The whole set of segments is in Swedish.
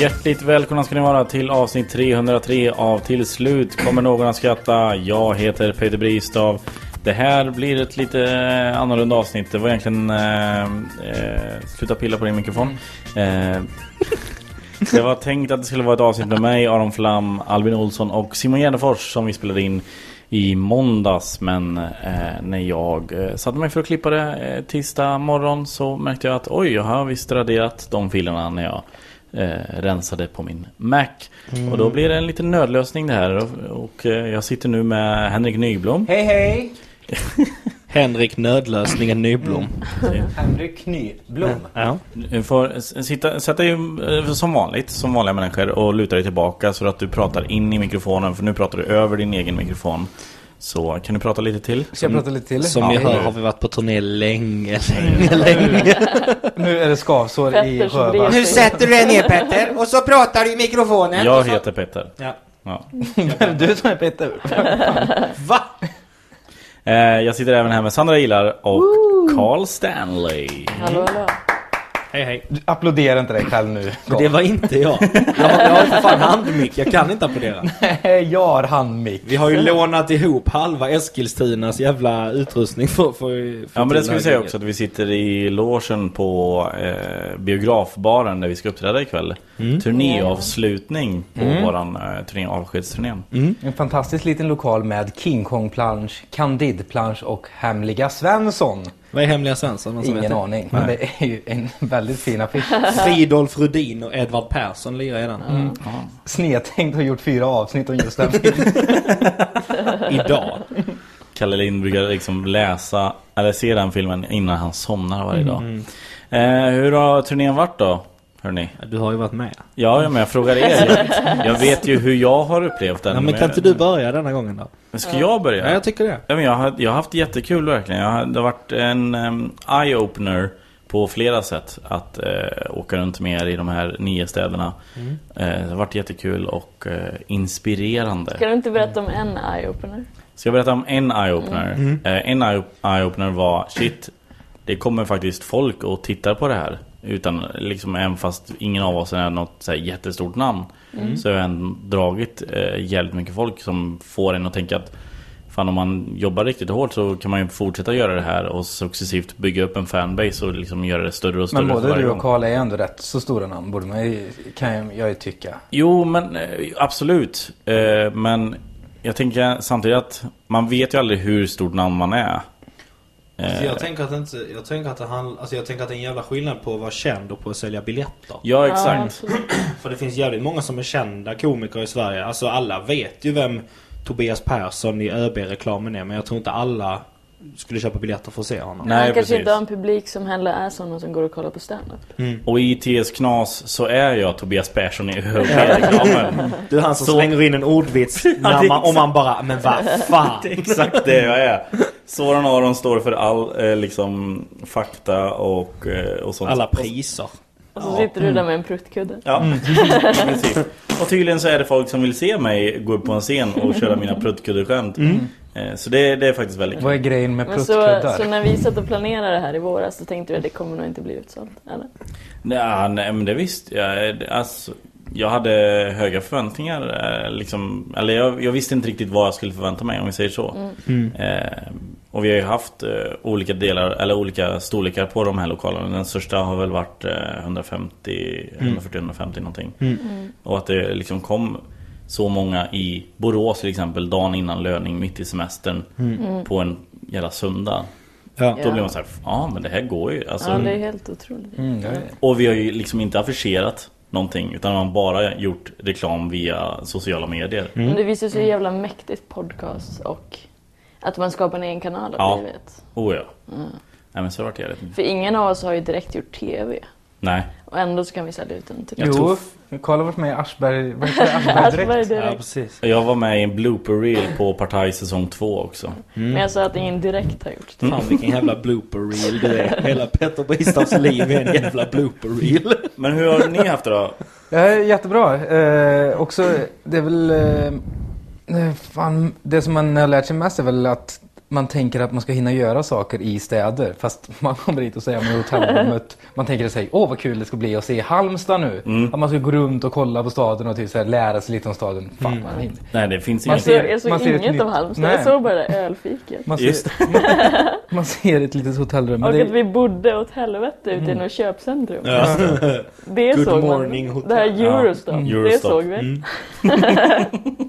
Hjärtligt välkomna ska ni vara till avsnitt 303 av Till slut kommer någon att skratta. Jag heter Peter Bristav. Det här blir ett lite eh, annorlunda avsnitt. Det var egentligen... Eh, eh, sluta pilla på din mikrofon. Eh, det var tänkt att det skulle vara ett avsnitt med mig, Aron Flam, Albin Olsson och Simon Gärdenfors som vi spelade in i måndags. Men eh, när jag eh, satte mig för att klippa det eh, tisdag morgon så märkte jag att oj, jag har visst raderat de filerna när jag eh, rensade på min Mac. Och då blir det en liten nödlösning det här. Och, och eh, jag sitter nu med Henrik Nyblom. Hej hej! Henrik Nödlösningen Nyblom. Henrik Nyblom. Ja. Du får s- sitta, sätta dig eh, som vanligt, som vanliga människor och luta dig tillbaka så att du pratar in i mikrofonen för nu pratar du över din egen mikrofon. Så kan du prata lite till? Ska jag prata lite till? Som Ja. jag hör har vi varit på turné länge, länge, länge. Nu är det skavsår i Petters röven. brev. Nu sätter du dig ner Petter och så pratar du i mikrofonen. Jag heter Peter. Ja. Ja. du som är Petter. Va? Eh, jag sitter även här med Sandra Ilar och Carl Stanley. Hallå, hallå. Hej hej. Du applåderar inte dig själv nu. Det var inte jag. Jag har, jag har för fan handmick, jag kan inte applådera. Nej, jag har handmick. Vi har ju lånat ihop halva Eskilstunas jävla utrustning för, för, för Ja men det ska vi till säga här också att vi sitter i logen på eh, biografbaren där vi ska uppträda ikväll. Turnéavslutning på våran eh, turné, avskedsturnén. En fantastisk liten lokal med King Kong-plansch, Candid-plansch och Hemliga Svensson. Vad är Hemliga Svensson? Någon som vet Ingen det? aning, men det är ju en väldigt fin affisch. Fridolf Rudin och Edvard Persson lirar i den. Mm. Snedtänkt har gjort fyra avsnitt om just den filmen. Idag. Kalle Lind brukar liksom läsa eller se den filmen innan han somnar varje dag. Eh, hur har turnén varit då? Hörni? Du har ju varit med. Ja, ja, men jag frågar er. Jag, jag vet ju hur jag har upplevt den. Ja, men kan inte du börja denna gången då? Men Ska jag börja? Ja, jag tycker det. Ja, men jag, har, jag har haft jättekul verkligen. Jag har, det har varit en em, eye-opener på flera sätt att eh, åka runt med er i de här nio städerna. Eh, det har varit jättekul och eh, inspirerande. Ska du inte berätta om en eye-opener? Ska jag berätta om en eye-opener? Mm. Eh, en eye- eye-opener var shit, det kommer faktiskt folk och tittar på det här. Utan liksom, även fast ingen av oss är något så här, jättestort namn. Mm. Så har jag ändå dragit eh, jävligt mycket folk som får en att tänka att Fan om man jobbar riktigt hårt så kan man ju fortsätta göra det här och successivt bygga upp en fanbase och liksom göra det större och större Men för både varje du och gång. Karl är ändå rätt så stora namn, borde man ju, kan jag ju tycka. Jo, men eh, absolut. Eh, Men jag tänker samtidigt att man vet ju aldrig hur stort namn man är. Eh, Alltså, Jag tänker att inte, jag tänker att det handlar, alltså jag tänker att det är en jävla skillnad på att vara känd och på att sälja biljetter. Ja, exakt. Ja, absolut. För det finns jävligt många som är kända komiker i Sverige. Alltså alla vet ju vem Tobias Persson i ÖB-reklamen är. Men jag tror inte alla skulle köpa biljetter för att se honom. Nej, Han kanske precis. inte har en publik som heller är sådana som går och kollar på standup. Mm. Och i TS Knas så är jag Tobias Persson i ÖB-reklamen. Du är han som Så- slänger in en ordvits när man, om man bara, men vad fan. exakt det jag är. Soran Aron står för all eh, liksom, fakta och, eh, och sånt. Alla priser. Och så sitter du där Mm. med en pruttkudde. Ja, precis. Och tydligen så är det folk som vill se mig gå upp på en scen och köra mina pruttkuddeskämt. Eh, Så det, det är faktiskt väldigt kul. Vad är grejen med Men så, pruttkuddar? så när vi satt och planerade det här i våras så tänkte vi att det kommer nog inte bli utsålt. Eller? Nej, nej men det visste jag. Det- Alltså, jag hade höga förväntningar. eh, Liksom, eller jag, jag visste inte riktigt vad jag skulle förvänta mig om vi säger så. Mm. Eh, och vi har ju haft eh, olika delar eller olika storlekar på de här lokalerna. Den största har väl varit eh, 150, 140-150 någonting. Och att det liksom kom så många i Borås till exempel dagen innan löning mitt i semestern på en jävla söndag. Ja. Då blir man så här, ja men det här går ju. Alltså, Ja, det är helt otroligt. Mm, det är- och vi har ju liksom inte affischerat någonting utan man har bara gjort reklam via sociala medier. Men det visar Mm. sig hur jävla mäktigt podcast och att man skapar en egen kanal av Ja. livet. Oh ja. Nej men så vart det jävligt. För ingen av oss har ju direkt gjort TV. Nej. Och ändå så kan vi sälja ut den typ. till Jo, Karl har varit med i Aschberg, vad heter det? Aschberg direkt. Aschberg Ja, direkt. precis. Jag var med i en blooper reel på Partaj säsong 2 också. Men jag sa Mm. att ingen direkt har gjort det. Fan vilken jävla blooper reel du är. Hela Petter Bristavs liv är en jävla blooper reel. Men hur har ni haft det då? Ja, jättebra. Eh, också, det är väl... Eh, eh, fan, det som man har lärt sig mest är väl att man tänker att man ska hinna göra saker i städer. Fast man kommer dit och säger med hotellrummet. Man tänker sig, åh vad kul det ska bli att se Halmstad nu. Mm. Att man ska gå runt och kolla på staden och typ så här, lära sig lite om staden. Fan, Mm. man, hinner. Nej det finns Man Så ingenting. ser- jag såg man ser ett inget nytt- av Halmstad, Nej. jag såg bara det där ölfiket. man, Just ser, man ser ett litet hotellrum. men Och det- Mm. att vi bodde åt helvete ute i något köpcentrum. Alltså, Ja. Det Good såg morning, man. hotel. Det här Eurostop, Mm. det Eurostop. såg vi.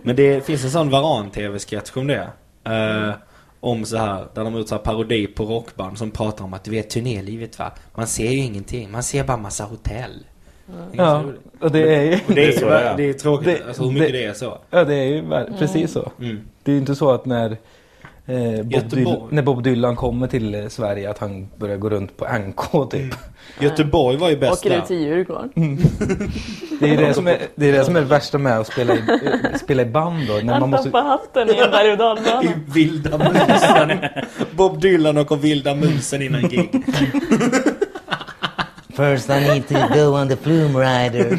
Men det finns en sån Varan-tv-sketch om det. Eh, om så här, där de har gjort så här parodi på rockband som pratar om att du vet turnélivet va. Man ser ju ingenting, man ser bara massa hotell. Det är ja, så roligt. och det är ju... Och det, Det är är, så ju- det är. det är tråkigt Det- alltså, hur mycket det- det, är så. Ja, det är ju ver- precis så. Mm. Det är ju inte så att när, eh, Bob, Göteborg. Dylan, när Bob Dylan kommer till eh, Sverige att han börjar gå runt på NK typ. Göteborg var ju bäst Åker där. ut till Djurgården. Mm, Det är det som är det, är det, som är det värsta med att spela i, eh, spela i band då. När man Han måste, tappar hatten i en berg och dalbana. I vilda musen. Bob Dylan och vilda musen innan gig. First, I need to go on the plume rider.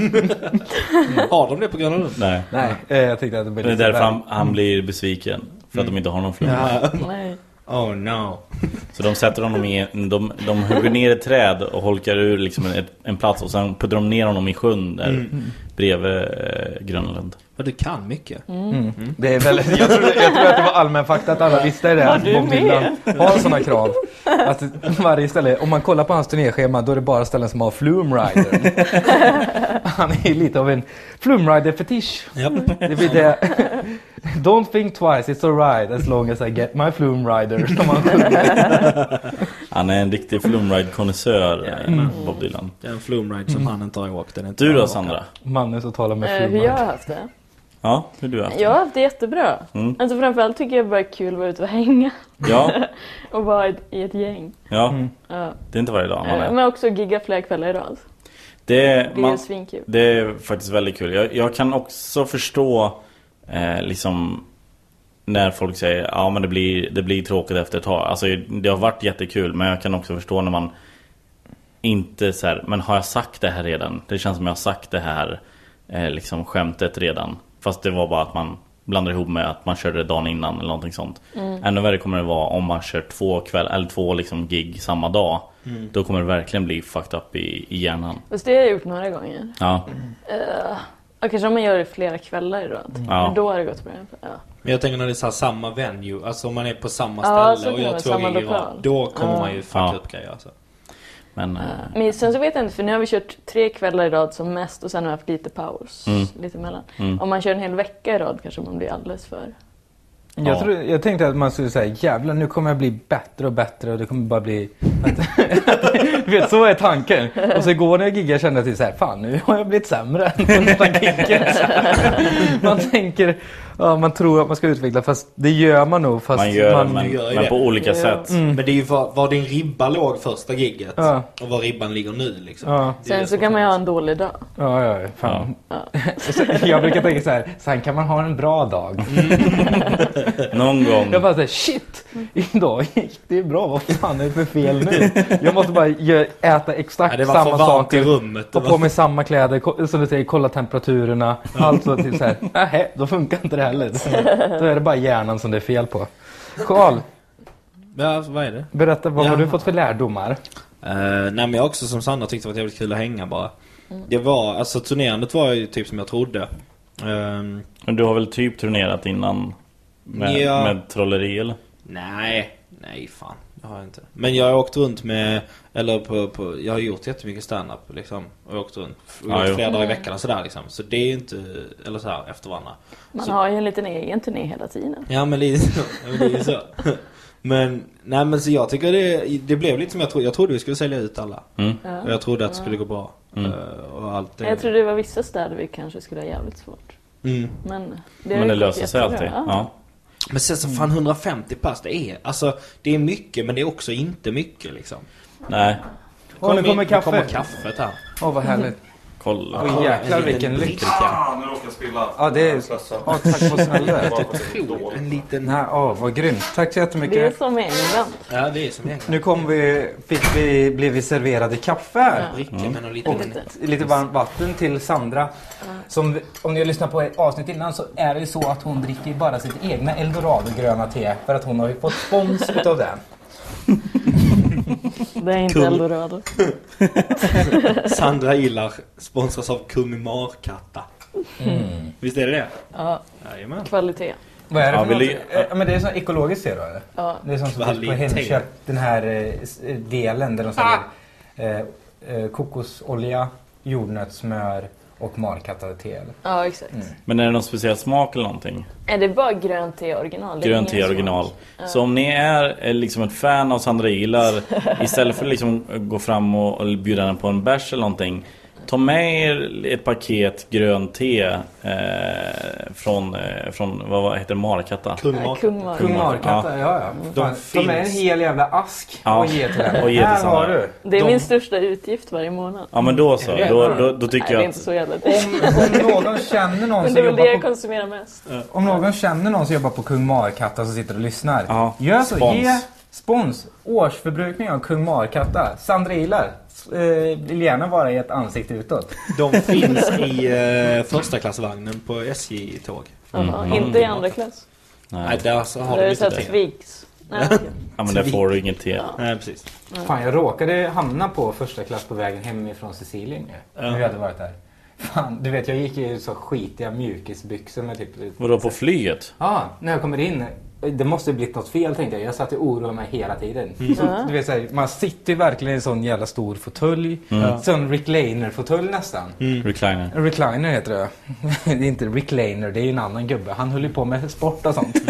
Har de det på Gröna Lund? Mm. Nej. nej, eh, jag tänkte att det blir Det är lite därför väl- han, han blir besviken. För att de inte har någon flumma. Ja. Nej. Oh no. Så de sätter honom i en, de, de hugger ner ett träd och holkar ur liksom en, en plats och sen puttrar de ner honom i sjön där bredvid eh, Grönlund. Vad du kan mycket. Mm. Det är väldigt, jag, tror, jag tror att det var allmän fakta att alla visste det. Att du Bob Dylan har sådana krav. Att varje ställe, om man kollar på hans turnéschema då är det bara ställen som har Flume Rider. Han är ju lite av en Flume Rider fetisch. Japp. Det blir det. Don't think twice, it's alright as long as I get my flume rider. Som han sjunger. Han är en riktig flumride-konnässör, eh, Bob Dylan. Det är en flumride som han inte har åkt. Den är inte Du han då har Sandra? Mannen som talar med Eh, flume hur jag rider. har haft det? Ja, hur du är? Jag har haft det jättebra. Mm. Alltså framförallt tycker jag bara det är kul att vara ute och hänga Ja, och vara i ett, i ett gäng. ja. Ja. Det är inte varje dag man Eh, är. Men också gigga flera kvällar i rad. Det, Det är man, ju svinkul. det är faktiskt väldigt kul. Jag, jag kan också förstå eh, liksom när folk säger ja men det blir, det blir tråkigt efter ett tag. Alltså det har varit jättekul men jag kan också förstå när man inte så här, men har jag sagt det här redan? Det känns som jag har sagt det här eh, liksom skämtet redan. Fast det var bara att man blandar ihop med att man körde dagen innan eller någonting sånt. Mm. Ännu värre kommer det vara om man kör två kväll eller två liksom gig samma dag. Då kommer det verkligen bli fucked up i, i hjärnan. Fast det har jag gjort några gånger. Ja. Och kanske om man gör det flera kvällar i rad. Ja. Då har det gått bra. Ja. Men jag tänker när det är så här samma venue, alltså om man är på samma Ja, så ställe och kan det gör vara två samma gig i rad. lokal. Då kommer man ju fucka Ja. upp grejer alltså. Men eh, Men sen så vet jag inte, för nu har vi kört tre kvällar i rad som mest och sen har vi haft lite paus. Mm. Lite mellan. Om man kör en hel vecka i rad kanske man blir alldeles för... Jag, Ja. tror, jag tänkte att man skulle säga jävlar nu kommer jag bli bättre och bättre och det kommer bara bli... Att, du vet, så är tanken. Och så igår när jag giggade kände jag till så här, fan nu har jag blivit sämre än på första gigget. Man tänker, ja, man tror att man ska utveckla fast det gör man nog fast man gör, man, men, gör ju men det. på olika Ja. sätt. Mm. Men det är ju var, var din ribba låg första gigget Ja. och var ribban ligger nu liksom. Ja. Det är det Sen så som kan man ju ha finns. en dålig dag. Ja, ja, ja, fan. Så jag brukar tänka så här, sen kan man ha en bra dag. Någon gång. Jag bara såhär, shit! Idag gick det bra, vad fan är det för fel nu? Jag måste bara gö- äta exakt Ja, det var för samma varmt i saker. rummet. Det Ha var- på mig samma kläder, ko- som du säger, kolla temperaturerna. Allt så till såhär, nähä, då funkar inte det istället. Då är det bara hjärnan som det är fel på. Karl, Ja, vad är det? berätta vad har Ja. du fått för lärdomar? Uh, nej men jag också som Sanna tyckte det var jävligt kul att hänga bara. Mm. Det var, alltså turnerandet var ju typ som jag trodde. Ehm, Men du har väl typ turnerat innan? Med, Ja. med trolleri eller? Nej, nej fan. Det har jag inte. Men jag har åkt runt med, eller på, på jag har gjort jättemycket standup liksom. Och jag har åkt runt och Ja, gjort jo. flera dagar i veckan och sådär liksom. Så det är ju inte, eller så här efter varandra. Man Så- har ju en liten egen turné hela tiden. Ja men lite så. Ja, men det är ju så. Men, nej men så jag tycker det, det blev lite som jag trodde. Jag trodde vi skulle sälja ut alla. Och jag trodde att det skulle gå bra. Eh, och allt det. Jag tror det var vissa städer vi kanske skulle ha jävligt svårt. Mm. Men det, har Men ju det gått löser sig jättebra. alltid. Ja. Men sen så fan 150 pass, det är, alltså det är mycket men det är också inte mycket liksom. Nej, Åh, nu in- kommer Nu kommer kaffet. kaffet här. Åh, vad härligt. kolla. Oj, jäklar vilken lyx. Fan, nu råkar jag spilla. Ja, det är... Ja, tack för snälla. Typ En liten... Nej, åh, vad grymt. Tack så Det är jättemycket. som i England. Ja det är som en Nu kom vi, fick vi, blev vi serverade kaffe här. bricka med någon liten... Lite varmt vatten till Sandra. Som, om ni har lyssnat på ett avsnitt innan så är det ju så att hon dricker bara sitt egna Eldorado-gröna te för att hon har ju fått spons utav den. Det är inte Kung. eldorado. Sandra gillar sponsras av Kummimarkatta. Visst är det det? Ja, Jajamän. kvalitet. Vad är det Ja, för vi något? li- Eh, ja, men det är sån ekologiskt te då eller? Ja. Det är sånt som finns på Kvalitet. Hemköp, den här eh, s- eh, delen där de säljer Ah! eh, eh, kokosolja, jordnötssmör och markattade te. Eller? Ja, exakt. Men är det någon speciell smak eller någonting? Är det bara grönt te original? Det är Grönt te ingen smak. original. Så om ni är eh, liksom ett fan av Sandra Ilar Istället för att liksom gå fram och och bjuda henne på en bärs eller någonting Ta med er ett paket grönt te eh, från, eh, från, vad vad heter det, Markatta? Ja, Kummimarkatta. Kung Mark. Kung Markatta, ja ja. Fan, ta med en finns. hel jävla ask Ja, och ge till henne. och ge till här har Sandra. du. Det är De- min största utgift varje månad. Ja men då så, då, då, då Nej, tycker det är jag inte att så jävla dyrt. Om någon känner någon Men det som är jobbar väl det jag Alltså, på, konsumerar mest. om någon känner någon som jobbar på Kung Markatta som sitter och lyssnar. Ja, Gör så, spons. ge spons. Årsförbrukning av Kung Markatta. Sandra Ilar eh, vill gärna vara i ett ansikte utåt. De finns i eh, första klassvagnen på SJ-tåg. Jaha, Inte i andra klass. Nej, där så har Där de är det inte såhär det. twigs. Nej, okej. ja, men där får du inget te Nej, precis. Mm. Fan, jag råkade hamna på första klass på vägen hemifrån Sicilien ju. När vi hade varit där. Fan, du vet jag gick i så skitiga mjukisbyxor med typ... Vadå på flyget? Ja, när jag kommer in. Det måste ju blivit något fel tänkte jag. Jag satt och oroade mig hela tiden. Mm. Så, du vet, så här, man sitter ju verkligen i en sån jävla stor fåtölj. Mm. Sån recliner-fåtölj nästan. Mm. Recliner En Recliner heter det. Det är inte recliner, det är ju en annan gubbe. Han höll ju på med sport och sånt.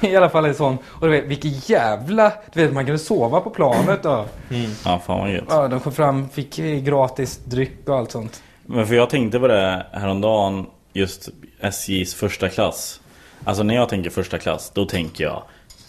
I alla fall en sån. Och du vet, vilket jävla... Du vet, man kunde sova på planet och... Ja fan vad gött Ja, de kom fram, fick eh, gratis dryck och allt sånt. Men för jag tänkte på det häromdagen Just SJs första klass Alltså när jag tänker första klass Då tänker jag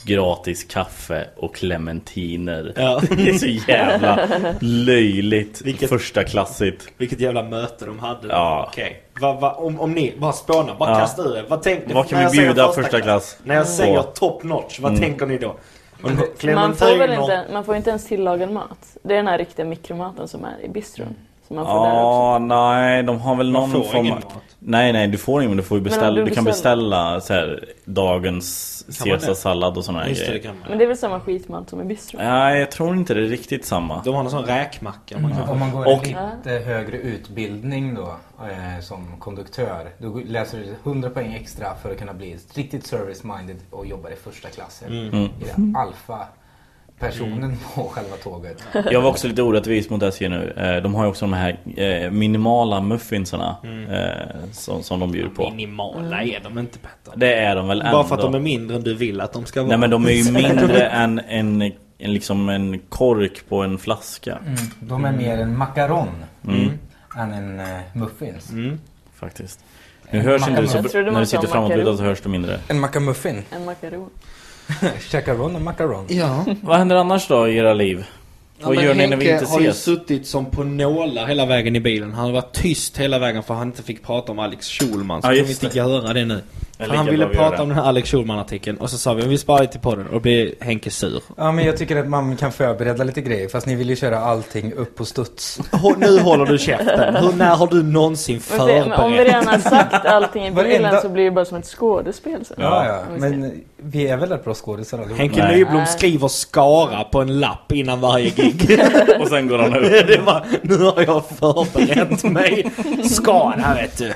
Gratis kaffe och clementiner Ja. Det är så jävla löjligt Vilket- Första klassigt Vilket jävla möte de hade. Ja. Okej. Va, va, om, om ni bara spånar, bara Ja. kasta ur er. Vad, tänk, Vad kan när vi jag säger bjuda första klass? När jag säger På? top notch, vad tänker ni då? Och Man får väl clementiner. inte, man får inte ens tillagad mat. Det är den här riktiga mikromaten som är i bistron. Som man får där också. Ja, nej, de har väl Man någon får form ingen mat. Nej, nej, du får ingen, men du får ju beställa. Du, du kan beställer- beställa så här, dagens Kan man det? caesarsallad och sådana här Just det, det grejer. kan man. Men det är väl samma skitmat som i bistron. Nej, jag tror inte det är riktigt samma. De har någon sån räkmacka. Man kan Om man går Och- en lite högre utbildning då eh, som konduktör. Då läser du 100 poäng extra för att kunna bli riktigt service-minded och jobba i första klassen. I den alfa-personen på själva tåget. Jag var också lite orättvis mot SJ nu. Eh, De har ju också de här eh, minimala muffinsarna Mm. eh, som, som de bjuder på. Minimala är de inte Petter. Det är de väl ändå. Bara för att de är mindre än du vill att de ska vara. Nej, men de är ju mindre än en, en, liksom en kork på en flaska. Mm. De är mer en macaron Mm. än en eh, muffins. Faktiskt. Nu hörs inte du så Jag trodde bra. man När du sa sitter framåtlutad makaron. så hörs du mindre. En macamuffin. En makaron. Chacaron och macaron. Ja. Vad händer annars då i era liv? Vad men gör ni Henke när vi inte har ju ses? suttit som på nålar hela vägen i bilen. Han har varit tyst hela vägen för han inte fick prata om Alex Schulman. Så Ja, kan vi just inte göra det nu. är För han lika ville bra att göra prata om den här Alex Schulman-artikeln och så sa vi vi sparar det till podden och då blir Henke sur. Ja, men jag tycker att man kan förbereda lite grejer. Fast ni vill ju köra allting upp på studs. Hå- Nu håller du käften. Hur, när har du någonsin Men se, men om vi förberett? redan har sagt allting i Varenda- bilen så blir det bara som ett skådespel sen. Ja, ja. Om vi ska- Men vi är väl rätt bra skådisar allihopa? Henke Nej. Nyblom Nej. skriver Skara på en lapp innan varje gig. Och sen går han upp. det var, nu har jag förberett mig. Skara vet du.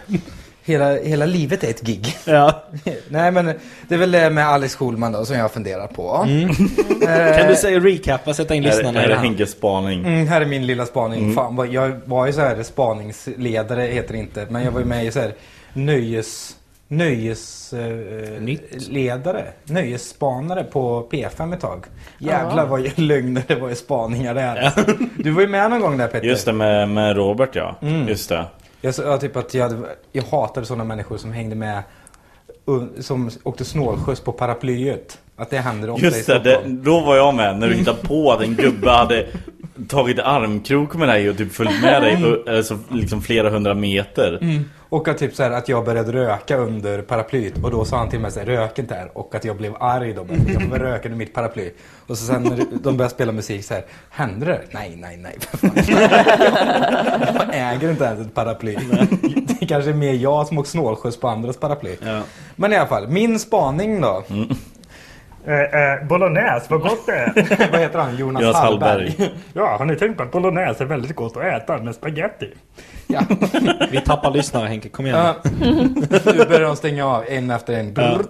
Hela, hela livet är ett gig. Ja. Nej, men det är väl det med Alex Schulman då som jag funderar på. Eh, Kan du säga recap och sätta in Är, lyssnarna är i det det? Henkes spaning? Mm, här är min lilla spaning. Mm. Fan, vad- jag var ju så här spaningsledare, heter det inte, men jag var ju med i så här nöjes... Nytt. Nöjesledare, nöjesspanare på P5 ett tag. Jävlar Ja. vad ju lögner det var i spaningar där. Du var ju med någon gång där Petter. Just det, med, med Robert ja. Mm. Just det. Jag sa ja, typ att jag, hade, jag hatade sådana människor som hängde med, un- som åkte snålskjuts på paraplyet. Att det händer ofta i Just det, det, Stockholm. då var jag med när du hittade på att en gubbe hade tagit armkrok med dig och typ följt med dig Mm. på, alltså, liksom flera hundra meter. Och att typ så här, att jag började röka under paraplyet och då sa han till mig så här, rök inte här. Och att jag blev arg då, men jag får väl röka under mitt paraply. Och så sen när de började spela musik så här, händer det? Nej, nej, nej. för fan. Jag äger inte ens ett paraply. Det kanske är mer jag som åkt snålskjuts på andras paraply. Ja. Men i alla fall, min spaning då. Eh, eh, bolognese, vad gott det är! Vad heter han? Jonas, Jonas Hallberg. Hallberg. Ja, har ni tänkt på att bolognese är väldigt gott att äta med spaghetti? Ja. Vi tappar lyssnare Henke, kom igen. Ja. nu börjar de stänga av en efter en. Brrrt.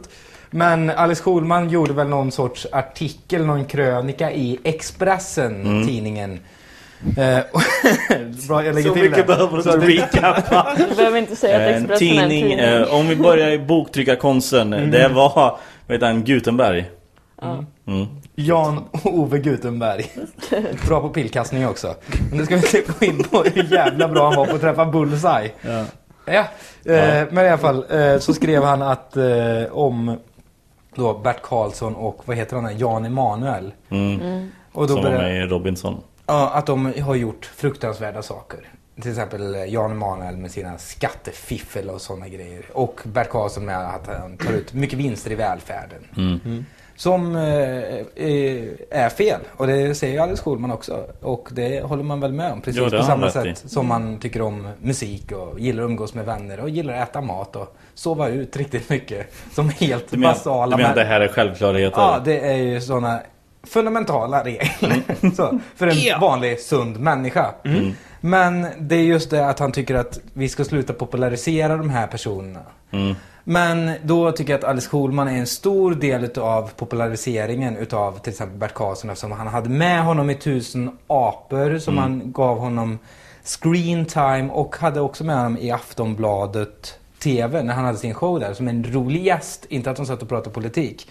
Men Alice Schulman gjorde väl någon sorts artikel, någon krönika i Expressen, tidningen. Eh, Bra, jag lägger Så till mycket det. behöver du Så att inte recapa. Du behöver inte säga att Eh, Expressen är en tidning, tidning. Mm. eh, om vi börjar i boktryckarkonsten. Det var, vet han, Gutenberg. Jan Ove Gutenberg. Bra på pillkastning också. Men nu ska vi inte gå in på hur jävla bra han var på att träffa bullseye. Ja. Ja, eh, men i alla fall eh, så skrev han att eh, om då Bert Karlsson och vad heter han här, Jan Emanuel. Och då Som var började, med i Robinson. ja, att de har gjort fruktansvärda saker. Till exempel eh, Jan Emanuel med sina skattefiffel och sådana grejer. Och Bert Karlsson med att han tar ut mycket vinster i välfärden. Mm. Som eh, eh, är fel. Och det säger ju Alice Schulman också. Och det håller man väl med om. Precis Jo, det på har samma han rätt sätt som man tycker om musik och gillar att umgås med vänner och gillar att äta mat och sova ut riktigt mycket. Som helt Du menar, basala du menar att män- det här är självklarheter? Ja, det är ju sådana fundamentala regler så, för en vanlig sund människa. Men det är just det att han tycker att vi ska sluta popularisera de här personerna. Men då tycker jag att Alice Schulman är en stor del utav populariseringen utav till exempel Bert Karlsson eftersom han hade med honom i Tusen apor som han gav honom screen time och hade också med honom i Aftonbladet TV när han hade sin show där som en rolig gäst, inte att de satt och pratade politik.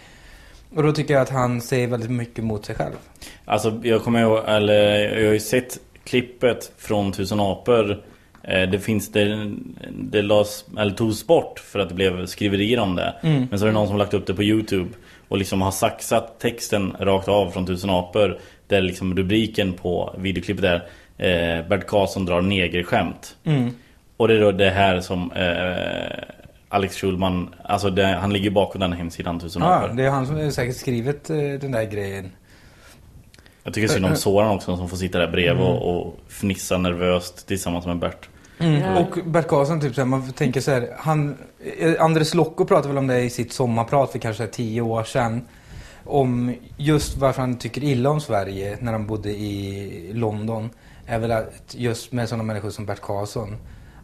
Och då tycker jag att han säger väldigt mycket mot sig själv. Alltså jag kommer ihåg, eller jag har ju sett klippet från Tusen apor Eh, Det finns, det, det lades, eller togs bort för att det blev skriverier om det Men så är det någon som har lagt upp det på Youtube Och liksom har saxat texten rakt av från Tusen apor Där liksom rubriken på videoklippet är eh, Bert Karlsson drar negerskämt Och det är då det här som eh, Alex Schulman Alltså det, han ligger bakom den hemsidan Tusen Ja, apor Ah, det är han som har säkert skrivit eh, den där grejen. Jag tycker synd om Soran också som får sitta där bredvid och, och fnissa nervöst tillsammans med Bert. Och Bert Karlsson, typ så här, man tänker så här, han, eh, Andres Lokko pratade väl om det i sitt sommarprat för kanske tio år sedan. Om just varför han tycker illa om Sverige när han bodde i London. Är väl att just med sådana människor som Bert Karlsson.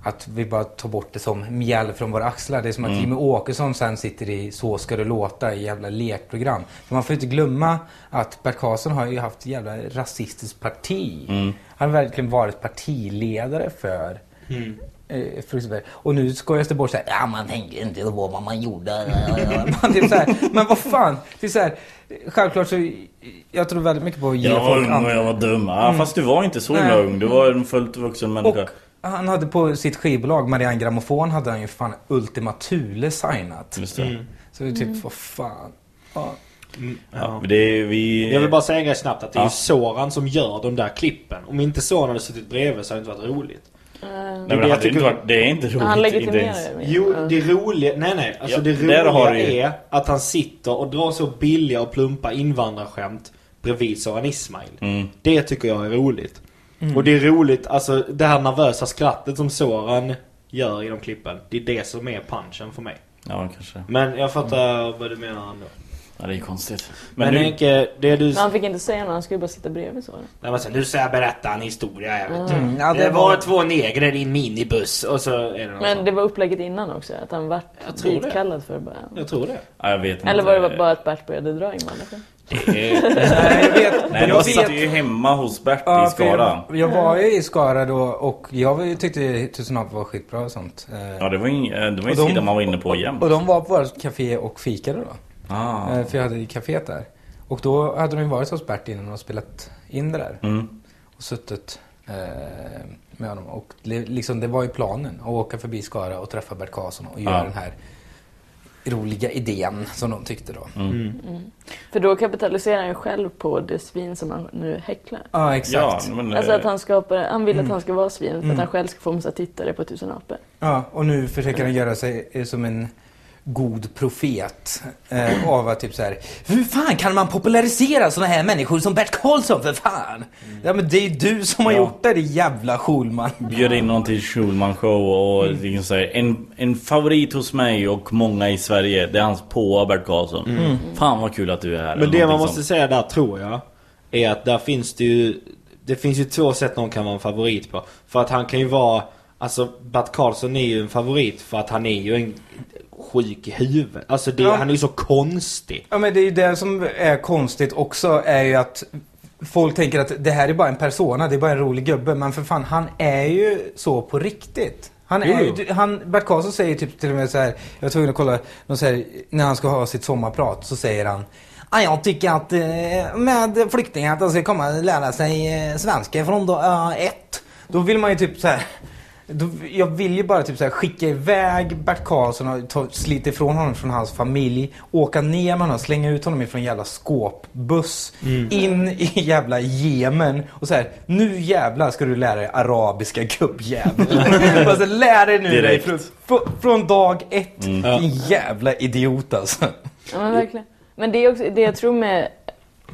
Att vi bara tar bort det som mjäll från våra axlar. Det är som Mm. att Jimmy Åkesson sen sitter i Så ska det låta i jävla lekprogram. För man får ju inte glömma att Bert Karlsson har ju haft ett jävla rasistiskt parti. Mm. Han har verkligen varit partiledare för Eh, fruktansvärt. Och nu skojas det bort såhär, ja man tänker inte på vad man gjorde. Ja, ja, ja. man typ såhär, men vad fan. Det är såhär, självklart så, jag tror väldigt mycket på att ge Jag var folk ung och jag andra. var dum. Ah, Fast du var inte så himla Nej. ung. Du var en fullt vuxen Och människa. han hade på sitt skivbolag, Marianne Grammofon, hade han ju fan Ultima Thule signat. Just det. Så det är typ, vad fan. Ja. Ja, men det är, vi... Jag vill bara säga en grej snabbt att det är Ja. ju Soran som gör de där klippen. Om inte Soran hade suttit bredvid så hade det inte varit roligt. Eh, Nej, men jag det, hade ju tycker- inte varit, det är inte roligt. han inte legitimerar ens. det. mer. Jo, Ja. det roliga, nej nej, alltså Ja, det där har roliga du ju- är att han sitter och drar så billiga och plumpa invandrarskämt bredvid Soran Ismail. Mm. Det tycker jag är roligt. Och det är roligt, alltså det här nervösa skrattet som Soran gör i de klippen, det är det som är punchen för mig. Ja, kanske. Men jag fattar vad du menar ändå. Ja, det är konstigt. Men, Men, nu, Henke, det du... Men han fick inte säga något, han skulle bara sitta bredvid så. Nej, men så, nu ska jag berätta en historia. Jag vet. Mm, ja, det, var, två negrer i en minibuss och så är det något Men sånt. det var upplägget innan också, att han Jag vart tror det. ditkallad för bara... Jag tror det. ja, jag vet inte. Eller var det bara att Bert började dra invandrarskämt? Nej, jag vet. Nej, jag jag satt ju hemma hos Bert i för Skara. Jag, jag var ju i Skara då och jag var ju- tyckte Tusen apor var skitbra och sånt. Eh, Ja, det var ju det var en Och de- sida man var inne på jämt. Och de var på vårt café och fikade då. Ah. Eh, För jag hade ju caféet där. Och då hade de ju varit hos Bert innan och spelat in det där. Mm. Och suttit eh, med honom. Och li- liksom, det var ju planen. Att åka förbi Skara och träffa Bert Karlsson och göra Ja. den här roliga idén som de tyckte då. Ja, Mm. För då kapitaliserar han ju själv på det svin som han nu häcklar. Ja, exakt. Ja. men, Alltså eh, mm. att han skapar, han vill att han ska vara svin för att han själv ska få massa tittare på Tusen apor. och nu försöker han göra sig eh, som en god profet eh, av att typ så här, hur fan kan man popularisera såna här människor som Bert Karlsson för fan? Ja men det är ju du som har Mm. Ja. gjort det, det jävla Schulman. bjöd in någon till Schulman show och Mm. liksom så här, en, en favorit hos mig och många i Sverige, det är hans på Bert Karlsson. Mm. Fan vad kul att du är här. Mm. Men eller det man någonting måste sånt. säga där tror jag Är att där finns det ju Det finns ju två sätt någon kan vara en favorit på För att han kan ju vara Alltså Bert Karlsson är ju en favorit för att han är ju en sjuk i huvudet Alltså det, Ja. han är ju så konstig Ja men det är ju det som är konstigt också är ju att folk tänker att det här är bara en persona, det är bara en rolig gubbe. Men för fan, han är ju så på riktigt. Han är Jo, ju, han, Bert Karlsson säger typ till och med så här, jag var tvungen att kolla, de säger, när han ska ha sitt sommarprat så säger han "Ja, jag tycker att eh, med flyktingar att de ska komma och lära sig eh, svenska från dag eh, ett. Då vill man ju typ så här, då, jag vill ju bara typ så här, skicka iväg Bert Karlsson och ta, slita ifrån honom från hans familj. Åka ner med honom, slänga ut honom ifrån en jävla skåpbuss. Mm. In i jävla Jemen och så här, nu jävlar ska du lära dig arabiska gubbjävel. alltså, lär dig nu Direkt. Från, fr- från dag ett. Mm. Din jävla idiot alltså. Ja men verkligen. Men det är också det jag tror med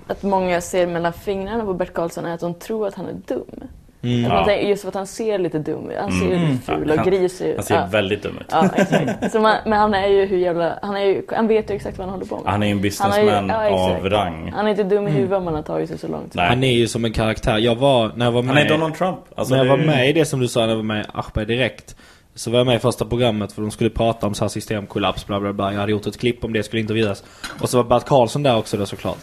att många ser mellan fingrarna på Bert Karlsson är att de tror att han är dum. Att man Mm. Ja. tänker, just för att han ser lite dum ut. Han ser ju ful och Mm. Ja, grisig ut. Han ser Ja. väldigt dum ut. Ja, exakt. Så man, men han är ju hur jävla... Han, är ju, han vet ju exakt vad han håller på med. Han är ju en Han är ju- businessman ja, exakt. av rang. Mm. Han är inte dum i huvudet om han har tagit sig så långt. Nej. Han är ju som en karaktär, jag var, när jag var med Han är Donald Trump. Alltså, när jag det- var med i det som du sa när jag var med i Ahmed Direkt Så var jag med i första programmet för de skulle prata om så här systemkollaps bla bla bla Jag hade gjort ett klipp om det, skulle intervjuas Och så var Bert Karlsson där också då såklart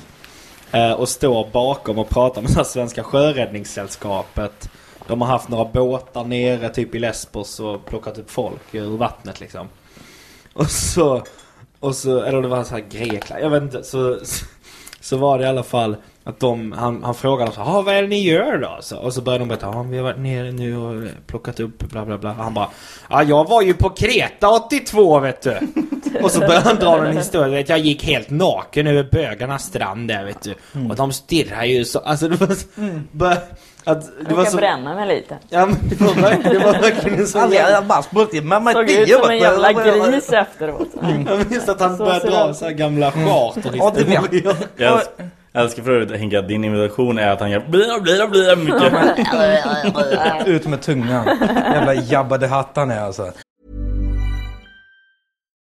eh, Och står bakom och pratar med det här Svenska Sjöräddningssällskapet De har haft några båtar nere typ i Lesbos och plockat upp folk ur vattnet liksom Och så, och så eller det var så här Grekland, jag vet inte så, så så var det i alla fall att de, han, han frågade dem så här, "Ah, vad är det ni gör då? Så, och så började de berätta, ah, vi har varit nere nu och eh, plockat upp bla bla bla. Och han bara, ja jag var ju på Kreta 82 vet du. och så började han dra en historia, vet, jag gick helt naken över bögarnas strand där vet du. Och de stirrar ju så, alltså det var, så- bara, att, det Jag var ska så, bränna mig lite. ja, men det var verkligen, det var verkligen så Alltså, jävla- jag bara spurtade, mamma Såg Dio, ut som vad- en jävla vad- vad- gris efteråt. Jag minns att han Så började ser dra det- så här gamla Ja, det vet charterhistorier. Jag älsk- jag älskar för övrigt Henke att din imitation är att han gör blir blir blir mycket. Ut med tungan. Jävla Jabba the Hutt han är alltså.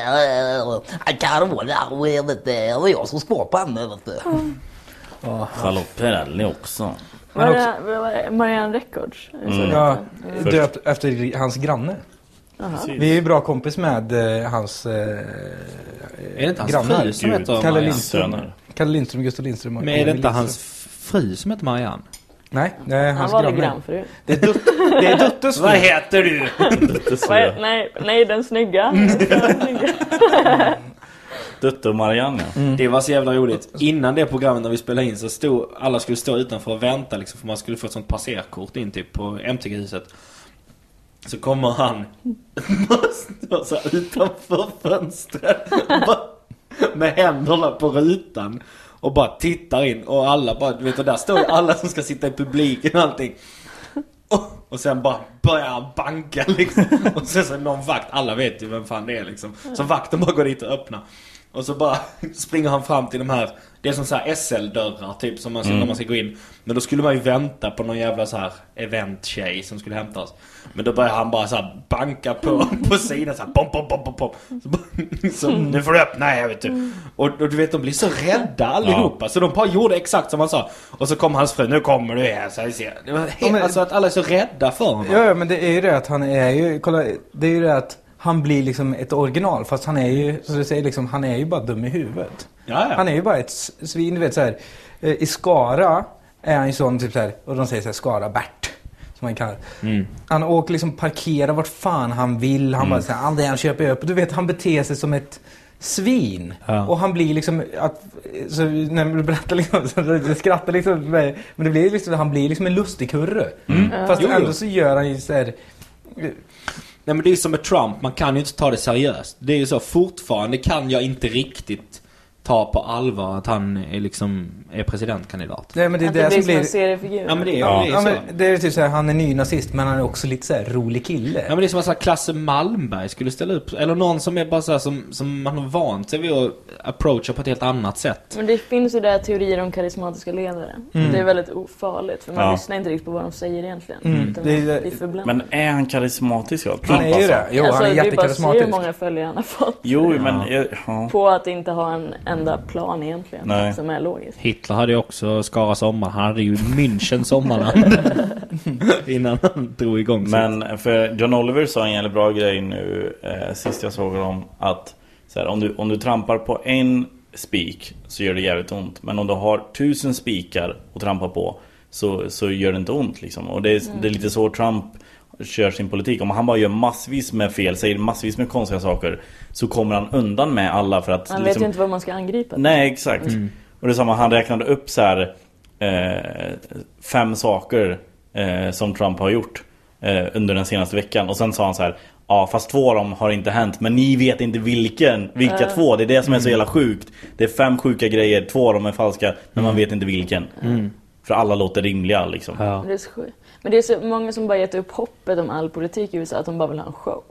Jag kan vara helvete. Det är jag som skapar den, helvete. Charlotte Perrelli också. Var det, var det Marianne Records? Alltså, Är det så det Ja, heter? döpt efter hans granne. Jaha. Vi är ju bra kompis med eh, hans eh, det inte hans fru som grannar. heter Kalle Marianne? Lindström. Söner. Kalle Lindström, Gustav Lindström. och Men är det Emil inte Lindström. hans fru som heter Marianne? Nej, det är Han hans var väl granne. grannfru? Det är, dut det är Duttes fru. Vad heter du? Vad är- nej, nej, den snygga. Den snygga. Dutte och Marianne ja. Mm. Det var så jävla roligt. Alltså- Innan det programmet när vi spelade in så stod alla skulle stå utanför och vänta liksom för man skulle få ett sånt passerkort in typ på MTG-huset. Så kommer han och står så här utanför fönstret bara med händerna på rutan och bara tittar in och alla bara, du vet och där står ju alla som ska sitta i publiken och allting. Och sen bara börjar han banka liksom. Och sen så någon vakt, alla vet ju vem fan det är liksom. Så vakten bara går dit och öppnar. Och så bara springer han fram till de här, det är som så här SL-dörrar typ som man ser Mm. när man ska gå in. Men då skulle man ju vänta på någon jävla så här event-tjej som skulle hämta oss. Men då börjar han bara så här banka på, på sidan så här pom, pom, pom, pom, pom. Så, bara- så nu får du öppna här vet du. Och, och du vet de blir så rädda allihopa. Så de bara gjorde exakt som han sa. Och så kom hans fru, nu kommer du här så här ser jag." Det var helt, alltså att alla är så rädda för honom. Ja, ja, men det är ju det att han är ju, kolla, det är ju det att han blir liksom ett original fast han är ju, som du säger liksom, han är ju bara dum i huvudet. Ja, ja. Han är ju bara ett s- svin, du vet så här. eh, I Skara är han ju sån typ så här, och de säger så här Skara-Bert. Som han kallar Mm. Han åker liksom parkera vart fan han vill. Han bara såhär, aldrig han köper upp. Du vet, han beter sig som ett svin. Ja. Och han blir liksom, att, så, när du berättar liksom, så du skrattar liksom. Men det blir liksom, han blir liksom en lustigkurre. Mm. Fast Jo, jo. ändå så gör han ju såhär, Nej men det är ju som med Trump, man kan ju inte ta det seriöst. Det är ju så, fortfarande kan jag inte riktigt ta på allvar att han är liksom, är presidentkandidat. nej men det är Att det, som det blir som blir... en seriefigur. Ja men det är, Ja, det är ja, så. men det är typ såhär, han är nynazist men han är också lite såhär rolig Ja kille. men det är som att så här Klasse Malmberg skulle ställa upp, eller någon som är bara så här, som, som man har vant sig vid att approacha på ett helt annat sätt. Men det finns ju där teorier om karismatiska ledare. Mm. Det är väldigt ofarligt för man Ja. lyssnar inte riktigt på vad de säger egentligen. Mm, Utan det är- man blir förbländad. Men är han karismatisk? Ja, Han är ju det. Jo, han är Alltså, det bara att se hur jättekarismatisk. många följare han har fått. Jo, men... Ja. Ja. På att inte ha en enda plan egentligen Nej. som är logisk. Hitler hade ju också Skara sommar, han hade ju München sommarland. Innan han drog igång Men för John Oliver sa en jävligt bra grej nu eh, sist jag såg honom att så här, om, du, om du trampar på en spik så gör det jävligt ont. Men om du har tusen spikar att trampa på så, så gör det inte ont liksom. Och det är, Mm. det är lite så Trump kör sin politik. Om han bara gör massvis med fel, säger massvis med konstiga saker så kommer han undan med alla för att Han vet liksom, ju inte vad man ska angripa. Nej, exakt. Mm. Och det är samma, han räknade upp så här eh, fem saker eh, som Trump har gjort eh, under den senaste veckan. Och sen sa han så här, ja fast två av dem har inte hänt, men ni vet inte vilken, vilka Äh. två. Det är det som är Mm. så jävla sjukt. Det är fem sjuka grejer, två av dem är falska, men man vet inte vilken. För alla låter rimliga liksom. Mm. Ja. Det är så sjukt. Men det är så många som bara gett upp hoppet om all politik i USA, att de bara vill ha en show.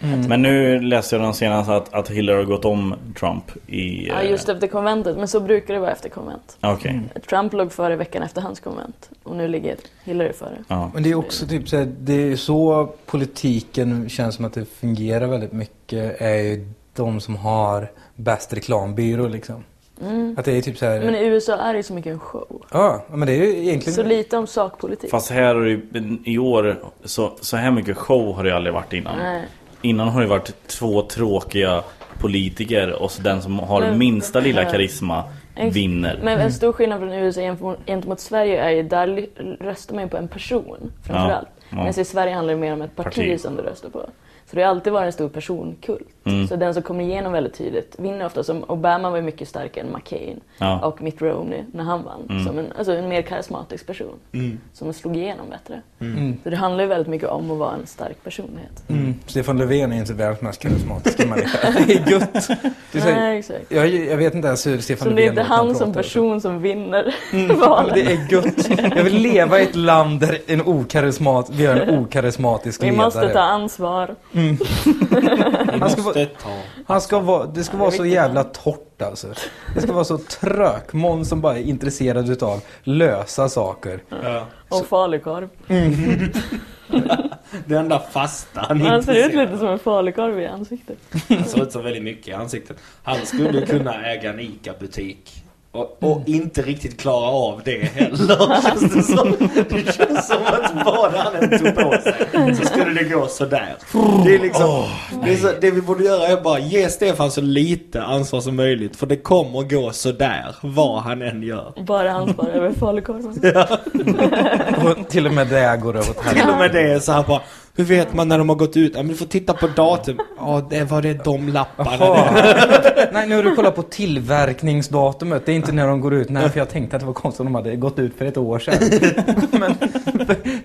Mm. Men nu läste jag den senaste att, att Hillary har gått om Trump i... eh, Ja, just efter konventet, men så brukar det vara efter konvent. Okej. Mm. Trump låg före veckan efter hans konvent och nu ligger Hillary före. Men det är också typ såhär, det är så politiken känns som att det fungerar väldigt mycket är ju de som har bäst reklambyrå liksom. Mm. Att det är typ såhär, Men i USA är det ju så mycket en show. ja men det är ju egentligen Så lite om sakpolitik. Fast här har det ju- i år, så, så här mycket show har det aldrig varit innan. Nej. Innan har det varit två tråkiga politiker och så den som har Men- minsta lilla Ja. karisma Mm. Ex- vinner. Men Mm. en stor skillnad från USA gentemot- gentemot Sverige är ju där ly- röstar man ju på en person framförallt. Ja. Medan i Sverige handlar det mer om ett parti, Parti. som du röstar på. Så det har alltid varit en stor personkult. Mm. Så den som kommer igenom väldigt tydligt vinner ofta. Som Obama var ju mycket starkare än McCain Ja. och Mitt Romney när han vann. Mm. Som en, alltså en mer karismatisk person Mm. som slog igenom bättre. Mm. Mm. Så det handlar ju väldigt mycket om att vara en stark personlighet. Mm. Stefan Löfven är inte världens mest karismatiska människa. Det är gött. Du säger, Nej, exakt. jag, jag vet inte ens hur Stefan Så det är Löfven inte låter när han som pratar. person som vinner Mm. Ja, men valet. det är gött. Jag vill leva i ett land där en okarismat, vi har en okarismatisk Vi ledare. måste ta ansvar. Mm. Han ska, vara, ta. han ska vara, det ska vara så jävla torrt alltså. Det ska vara så trökmån som bara är intresserad utav lösa saker. Och falukorv. Mm. Den enda fasta han Han ser ut intresserar. lite som en falukorv i ansiktet. Han ser ut som väldigt mycket i ansiktet. Han skulle kunna äga en ICA-butik. Och, och inte riktigt klara av det heller. Känns det, som, det känns som att vad han än tog på sig så skulle det gå sådär. Det är liksom, det, är så, det vi borde göra är bara ge Stefan så lite ansvar som möjligt. För det kommer gå sådär vad han än gör. Bara ansvar över falukorven. Alltså, Och till och med det går över åt helvete. Till och med det är så här bara. Hur vet man när de har gått ut? Ja men du får titta på datum. Ja det var det de lapparna. Jaha. Nej, nu har du kollat på tillverkningsdatumet. Det är inte när de går ut. Nej, för jag tänkte att det var konstigt om de hade gått ut för ett år sedan. Men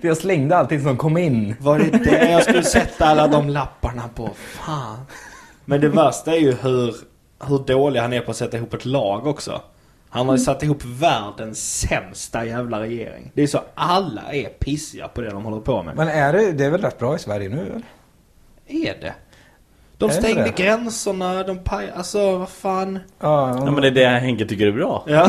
jag slängde allting som kom in. Var det det jag skulle sätta alla de lapparna på? Fan. Men det värsta är ju hur, hur dålig han är på att sätta ihop ett lag också. Han har ju satt ihop världens sämsta jävla regering. Det är så alla är pissiga på det de håller på med. Men är det, det är väl rätt bra i Sverige nu? Eller? Är det? De Är det stängde det? gränserna, de paj... Alltså vad fan. Ja, men det är det Henke tycker är bra. Ja.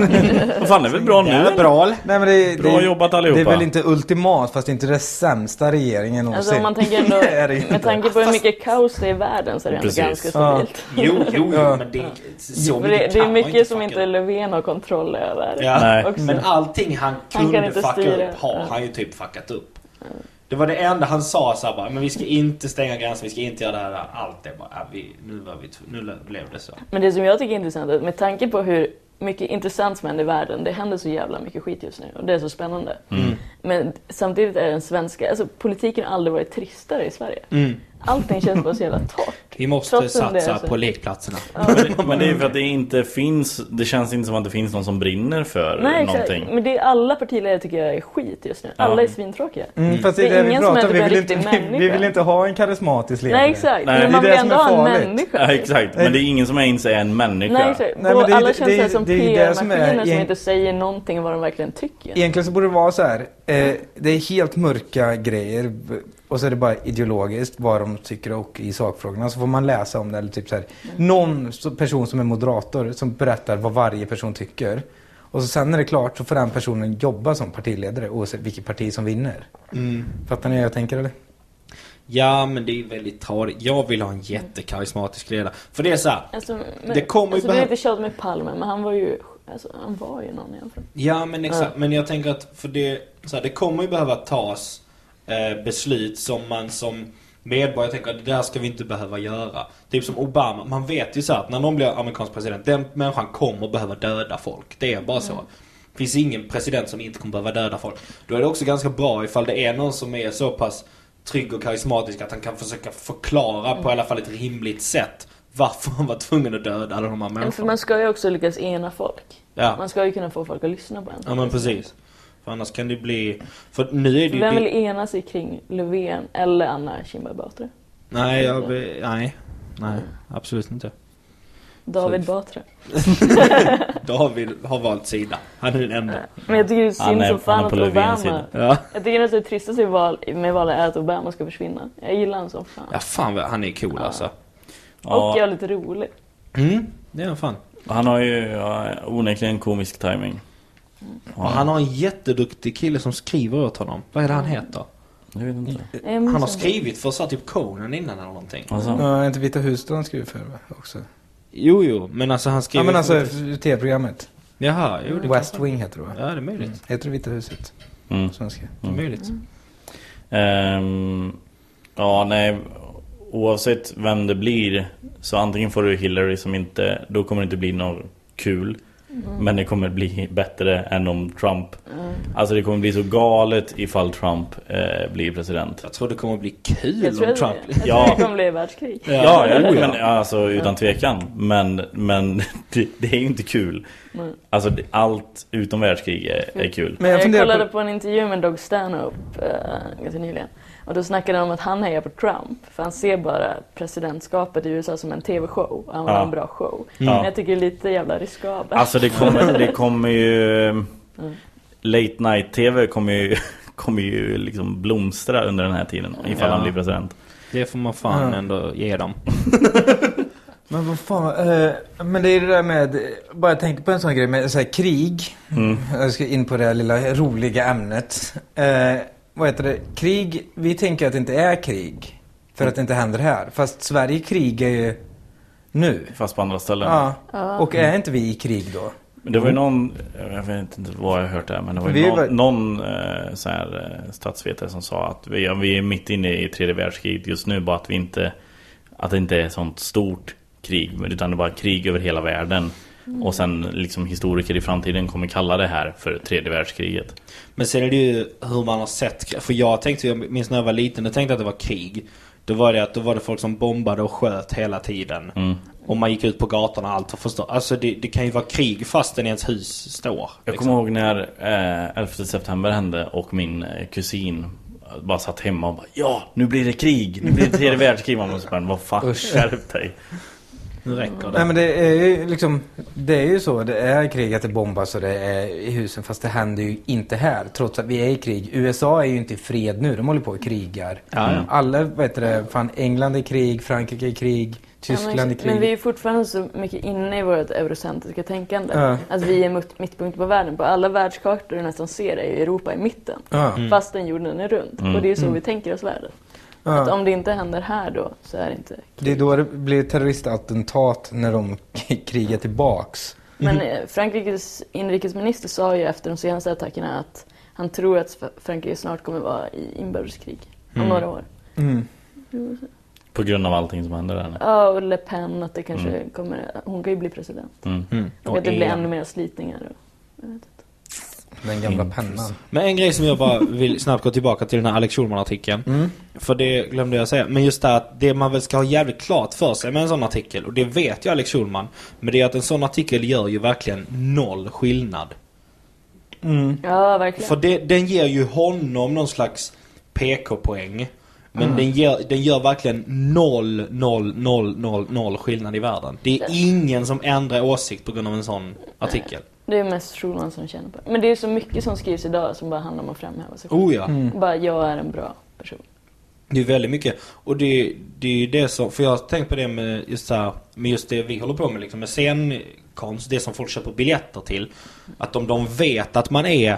Vad fan, det är väl bra nu? Det är bra. Nej, men det, Bra det, jobbat allihopa. Det är väl inte ultimat fast det är inte den sämsta regeringen någonsin. Alltså om man tänker ändå, Det är det ju med inte. tanke på hur mycket kaos det är i världen så är det ändå ganska stabilt. Jo, jo, jo, Ja. men det är så För det, mycket det är kan man inte mycket som fucka inte Löfven har kontroll över. Ja. också. Men allting han Mm. Han kunde kan inte fucka styra. Mm. upp har han ju typ fuckat upp. Det var det enda han sa så här bara, men vi ska inte stänga gränsen, vi ska inte göra det här. det här." Allt det bara, "Ja, vi, nu, var vi, tv- nu lö- blev det så. Men det som jag tycker är intressant är att med tanke på hur mycket intressant som händer i världen, det händer så jävla mycket skit just nu och det är så spännande. Mm. Men samtidigt är den svenska, alltså politiken har aldrig varit tristare i Sverige. Allting känns bara så jävla torrt. Vi måste Trots att det är satsa så. på lekplatserna. Men, men det är ju för att det inte finns Det känns inte som att det finns någon som brinner för Nej exakt, någonting men det är alla partiledare tycker jag är skit just nu. Alla Ja. är svintråkiga. Mm, fast det är det vi ingen som pratar är om. Vi typ en vill, riktig inte, vi, människa. vi vill inte ha en karismatisk ledare. Nej, Nej. exakt. Men Det är man vill det som ändå är ha farligt. en människa. Ja, exakt, men det är ingen som ens är en människa Nej exakt. Nej, men Och det är- alla det- känns det- här som det är ju det som är- E- PR-maskiner som, gäng- inte säger någonting om vad de verkligen tycker. Egentligen så borde det vara så här. Eh, det är helt mörka grejer b- och så är det bara ideologiskt vad de tycker och i sakfrågorna så får man läsa om det eller typ så här. Mm. Någon så- person som är moderator som berättar vad varje person tycker. Och så sen när det är klart så får den personen jobba som partiledare oavsett vilket parti som vinner. Mm. Fattar ni hur jag tänker eller? Ja, men det är ju väldigt tradigt. Jag vill ha en jättekarismatisk ledare. För det är så här, Alltså, men, Det kommer ju alltså, det är behöv- inte tjat med Palme, men han var ju, alltså, han var ju någon egentligen. Ja men exakt, Ja. men jag tänker att för det, så här, det kommer ju behöva tas eh, beslut som man som medborgare tänker att det där ska vi inte behöva göra. Typ som Obama, man vet ju så här, att när någon blir amerikansk president, den människan kommer behöva döda folk. Det är bara så. Mm. Det finns ingen president som inte kommer behöva döda folk. Då är det också ganska bra ifall det är någon som är så pass trygg och karismatisk att han kan försöka förklara Mm. på i alla fall ett rimligt sätt varför han var tvungen att döda alla de här Men för människorna. man ska ju också lyckas ena folk. Ja. Man ska ju kunna få folk att lyssna på en. Ja men precis. För annars kan det bli... För nu är det ju... Vem det- vill ena sig kring Löfven eller Anna Kinberg Batra? Nej, jag... vill- Nej. Nej, absolut inte. David Batra. David har valt sida. Han är den enda. Men jag tycker det är synd Han är- som fan han är att på Löfvens sida. Obama... Ja. Jag tycker nästan det tristaste i val, med valet är att Obama ska försvinna. Jag gillar honom som fan. Ja, fan vad han är cool alltså. Och jag är lite rolig. Mm, det är han fan. Han har ju ja, onekligen komisk timing Och han har en jätteduktig kille som skriver åt honom. Vad är det han heter? Jag vet inte Mm. Han har skrivit för så här typ Conan innan eller någonting. Ja, är inte Vita huset han skriver för va? också? Jo, jo, men alltså han skriver... Ja men alltså för- f- tv-programmet. Jaha, jo, det West kanske- Wing heter det va? Ja, det är möjligt. Mm. Heter det Vita huset? Mm. Svenska. Det är möjligt. Mm. Ehm, ja, nej. Oavsett vem det blir så antingen får du Hillary som inte, då kommer det inte bli något kul. Mm. Men det kommer bli bättre än om Trump Mm. Alltså det kommer bli så galet ifall Trump eh, blir president Jag tror det kommer bli kul Jag tror att det, jag tror Ja, det kommer bli världskrig. ja, ja, Oh, ja. Men, alltså utan tvekan Men, men det, det är ju inte kul Nej. Mm. Alltså det- allt utom världskrig är, är kul jag funderar på- kollade på... en intervju med Doug Stanhope eh, ganska nyligen. Och då snackade han om att han hejar på Trump. För han ser bara presidentskapet i USA som en TV-show. Och han vill Ja. ha en bra show. Mm. Men jag tycker det är lite jävla riskabelt. Alltså det kommer, det kommer ju Late night tv kommer ju, kommer ju liksom blomstra under den här tiden Ifall Ja. han blir president Det får man fan Mm. ändå ge dem. Men vad fan, eh, men det är det där med, bara jag tänkte på en sån grej med så här, krig. Mm. Jag ska in på det här lilla roliga ämnet. Eh, vad heter det? Krig, vi tänker att det inte är krig. För att det inte händer här. Fast Sverige krigar ju nu. Fast på andra ställen Ja. Ja. Och är inte vi i krig då? Men Det var ju någon, jag vet inte vad jag har hört det här, men det var ju Vi är någon, väl- någon eh, så här, eh, statsvetare som sa att vi, ja, vi är mitt inne i tredje världskriget just nu, bara att vi inte Att det inte är sånt stort krig, men utan det är bara krig över hela världen Mm. Och sen liksom historiker i framtiden kommer kalla det här för tredje världskriget Men sen är det ju hur man har sett För jag tänkte, jag minns när jag var liten, då tänkte jag att det var krig. Då var det att då var det folk som bombade och sköt hela tiden. Mm. Och man gick ut på gatorna och allt för förstå. Alltså det, det kan ju vara krig fastän ens hus står. liksom. Jag kommer ihåg när eh, 11 september hände och min eh, kusin bara satt hemma och bara Ja, nu blir det krig! Nu blir det tredje världskrig! Man måste bara, vad fan, Usch. skärp dig! Nu räcker Nej men det är ju liksom, det är ju så, det är krig att det bombas och det är i husen fast det händer ju inte här trots att vi är i krig. USA är ju inte i fred nu, de håller på och krigar. Mm. Ja, ja. Alla, vad heter det, fan England är i krig, Frankrike är i krig, Tyskland ja, är men, i men krig. vi är ju fortfarande så mycket inne i vårt eurocentriska tänkande. Ja. Att vi är mut- mittpunkt på världen. På alla världskartor du nästan ser är ju Europa i mitten. Ja. Mm. Fast den jorden är rund. Mm. Och det är ju så Mm. vi tänker oss världen. Ja. Att om det inte händer här då så är det inte Det är då det blir terroristattentat när de krigar tillbaks. Men eh, Frankrikes inrikesminister sa ju efter de senaste attackerna att han tror att F- Frankrike snart kommer vara i inbördeskrig om Mm. några år. Mm. På grund av allting som händer där nu Ja, och Le Pen att det kanske Mm. kommer, hon kan ju bli president. Mm. Mm. Och att det blir en- ännu mer slitningar. Och, jag vet inte. Den Mm, gamla pennan. Men en grej som jag bara vill snabbt gå tillbaka till den här Alex Schulman-artikeln. För det glömde jag säga. Men just det här att det man väl ska ha jävligt klart för sig med en sån artikel. Och det vet ju Alex Schulman. Men det är att en sån artikel gör ju verkligen noll skillnad. Ja, verkligen. För det, den ger ju honom någon slags PK-poäng. Men Mm. den, ger, den gör verkligen noll, noll, noll, noll, noll skillnad i världen. Det är ingen som ändrar åsikt på grund av en sån artikel. Det är mest Schulman som känner på det. Men det är så mycket som skrivs idag som bara handlar om att framhäva sig själv. Oh ja. Mm. Bara, jag är en bra person. Det är väldigt mycket. Och det, det är ju det som, för jag har tänkt på det med just, så här, med just det vi håller på med liksom, med scenkonst, det som folk köper biljetter till. Att om de vet att man är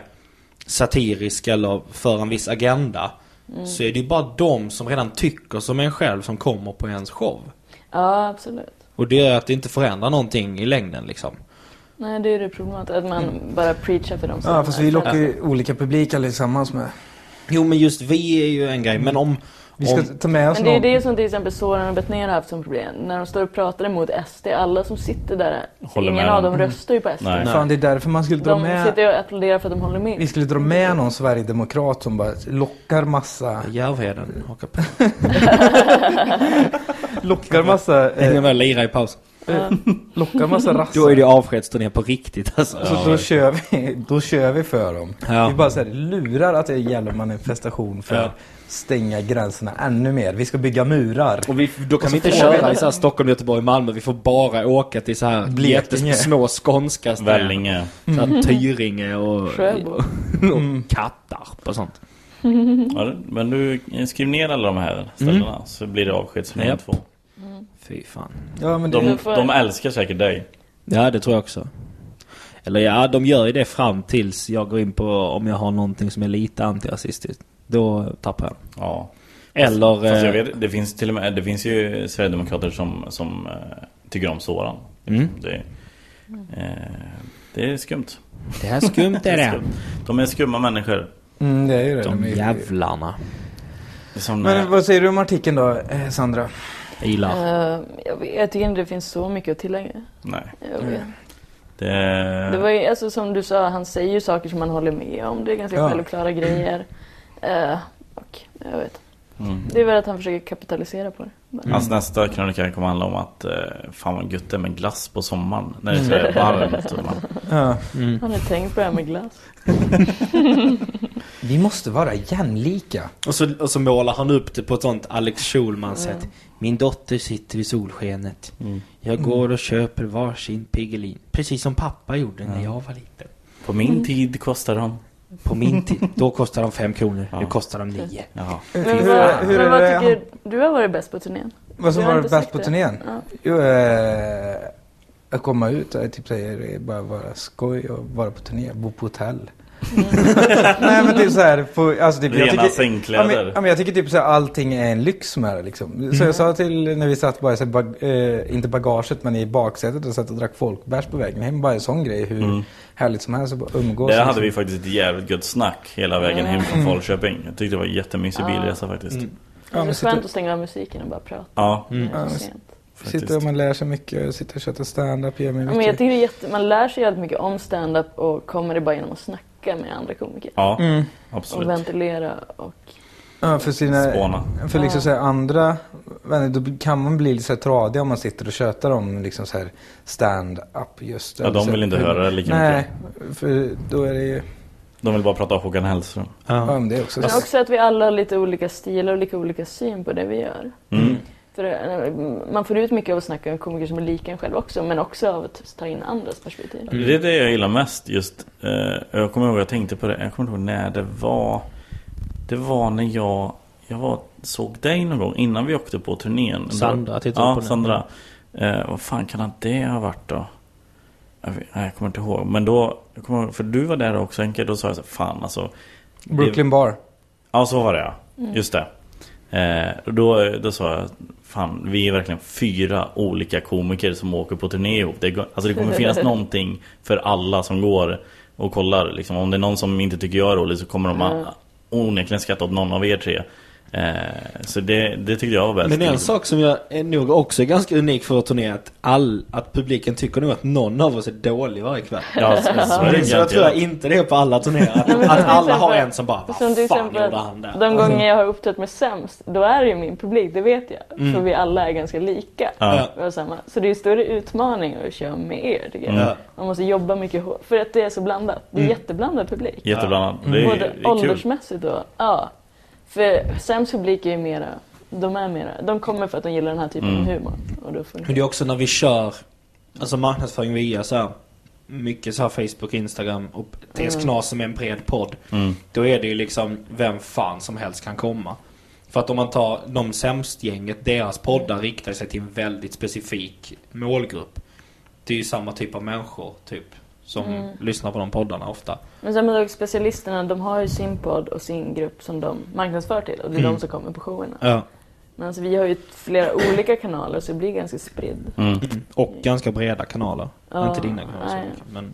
satirisk eller för en viss agenda Mm. så är det ju bara de som redan tycker som en själv som kommer på ens show. Ja, absolut. Och det gör att det inte förändrar någonting i längden liksom. Nej, det är det problemet. Att man bara preachar för dem som Mm. Ja fast vi är lockar framför. ju olika publik allesammans med. Jo men just vi är ju en grej, men om... Vi ska om, ta med oss Men det är någon. det som till exempel Soran och Betnér har haft som problem. När de står och pratar emot SD, alla som sitter där, Håller ingen med av dem dem. röstar ju på SD. Fan det är därför man skulle dra De med. sitter ju och applåderar för att de håller med. Vi skulle dra med någon sverigedemokrat som bara lockar massa... Järvheden hakar på. lockar massa... Jag kan väl lira i paus. eh, lockar massa rassar. Då är det ju avskedsturné på riktigt alltså. Så då, kör vi, då kör vi för dem. Ja. Vi bara så här, lurar att det är en jävla manifestation för Ja. att stänga gränserna ännu mer. Vi ska bygga murar. Och vi, då kan Och så vi inte får köra vi- i så här Stockholm, Göteborg, Malmö. Vi får bara åka till så här Blekinge. jättesmå skånska städer. Vellinge. Så här Mm. Tyringe och, Sjöbo. och, Mm. Kattarp och sånt. Ja, det- Men du, eh, skriv ner alla de här ställena så blir det avskedsförmån Mm. Japp. två. Fy fan. Ja, men det- de, Du får- de älskar säkert dig. Ja, det tror jag också. Eller ja, de gör ju det fram tills jag går in på om jag har någonting som är lite antirasistiskt. Då tappar jag Ja. Eller... Fast jag eh, vet, det finns till och med, det finns ju Sverigedemokrater som, som eh, tycker om Soran. Mm. Det, eh, det är skumt. Det här är skumt, är det. skumt. De är skumma människor. Mm, det är ju det. De De är ju- jävlarna. Det är Som, Men vad säger du om artikeln då, eh, Sandra? Jag gillar. Eh, jag, vet- jag tycker inte det finns så mycket att tillägga. Nej. Jag vet. Det... Det var ju, alltså, som du sa, han säger ju saker som man håller med om. Det är ganska Ja. självklara grejer. Eh, och jag vet. Mm. Det är väl att han försöker kapitalisera på det. bara. Hans Alltså, nästa krönika kommer handla om att eh, fan vad gött det är med glass på sommaren. När det är Mm. så här varmt. Och man... Ja. Mm. Han har tänkt på det här med glass. Vi måste vara jämlika. Och så, och så målar han upp det på ett sånt Alex Schulman-sätt. Mm. Min dotter sitter vid solskenet. Jag Mm. går och köper varsin Piggelin. Precis som pappa gjorde när jag var liten. På min tid kostar de... På min tid? Då kostar de fem kronor. Nu kostar de nio. Fy Men, fan. vad, men vad tycker du har varit bäst på turnén? Vad som Du har varit inte bäst sagt på det. turnén? Ja. Jo, eh, att komma ut och typ säga det är bara vara skoj och vara på turné, bo på hotell. Mm. Nej men typ såhär, alltså typ, Rena ja, sängkläder. men, ja, men jag tycker typ såhär, allting är en lyx med det liksom. Så Mm. jag sa till när vi satt bara, i så här, bag, eh, inte bagaget men i baksätet och satt och drack folkbärs på vägen hem. Bara en sån grej, hur härligt som helst att bara umgås. Där Mm. hade liksom. vi faktiskt ett jävligt gött snack hela vägen hem från Falköping. Jag tyckte det var en jättemysig Ja. bilresa faktiskt. det är men skönt sitter- att stänga av musiken och bara prata. Ja. Mm. Ja, Sent. s- sitter och man lär sig mycket, sitter och tjötar stand-up, gör mig Ja, Men jag mycket. tycker det är jätte, man lär sig jävligt mycket om stand-up och kommer det bara genom att snacka med andra komiker. Ja, Mm. Och ventilera och... Ja, för sina, Spåna. För liksom Ja. så här andra vänner, då kan man bli lite så här tradig om man sitter och tjötar om liksom så här stand-up just. alltså Ja, de vill inte höra det lika Nej, mycket. för då är det ju... De vill bara prata om Håkan Hellström. Ja, men det är också. Men också att vi alla har lite olika stilar och lika olika syn på det vi gör. Mm. För eh, man får ut mycket av att snacka med komiker som är lika en själv också, men också av att ta in andras Mm. perspektiv. Det är det jag gillar mest just. Eh, jag kommer ihåg, jag tänkte på det. Jag kommer inte ihåg när det var. Det var när jag, jag var, såg dig någon gång innan vi åkte på turnén. Sandra Då, tittade ja, på den. Sandra. Eh, vad fan kan det ha varit då? Jag, vet, nej, jag kommer inte ihåg. Men då, jag kommer ihåg, för du var där också Henke. Då sa jag så här, fan alltså. Brooklyn Bar. Ja, så var det ja. Mm. Just det. Eh, och då, då sa jag Fan, vi är verkligen fyra olika komiker som åker på turné ihop. Det, går- alltså det kommer finnas någonting för alla som går och kollar. Liksom. Om det är någon som inte tycker jag är rolig så kommer de Mm. mm. onekligen skratta åt någon av er tre. Eh, så det, det tyckte jag var bäst. Men en Liksom. sak som jag är nog också är ganska unik för vår turné är att, all, att publiken tycker nog att någon av oss är dålig varje kväll. Ja, så- så är det så jag garanterat. tror jag inte det är på alla turnéer. Att, Nej, men att som alla till har exempel- en som bara som till Vad fan exempel gjorde han där? Alltså- De gånger jag har uppträtt med sämst, då är det ju min publik, det vet jag. Mm. För vi alla är ganska lika. Ja. Vi har samma. Så det är ju större utmaning att köra med er, tycker jag. Mm. Man måste jobba mycket hårt, för att det är så blandat. Det är Mm. jätteblandad publik. Jätteblandad. Ja. Det är- det Både är kul. åldersmässigt och... Ja. För sämst publik är ju mera... De är mera... De kommer för att de gillar den här typen Mm. av humor. Och då funkar Men det är också när vi kör Alltså marknadsföring via så här Mycket så här Facebook, Instagram och dels Mm. knas som är en bred podd Mm. Då är det ju liksom vem fan som helst kan komma För att om man tar de sämst gänget Deras poddar riktar sig till en väldigt specifik målgrupp Det är ju samma typ av människor typ Som Mm. lyssnar på de poddarna ofta Men sen med specialisterna, de har ju sin podd och sin grupp som de marknadsför till och det är Mm. de som kommer på showerna. Ja. Men alltså, vi har ju flera olika kanaler så det blir ganska spridd. Och ganska breda kanaler Ja, Inte dina kanaler så nej. mycket, men...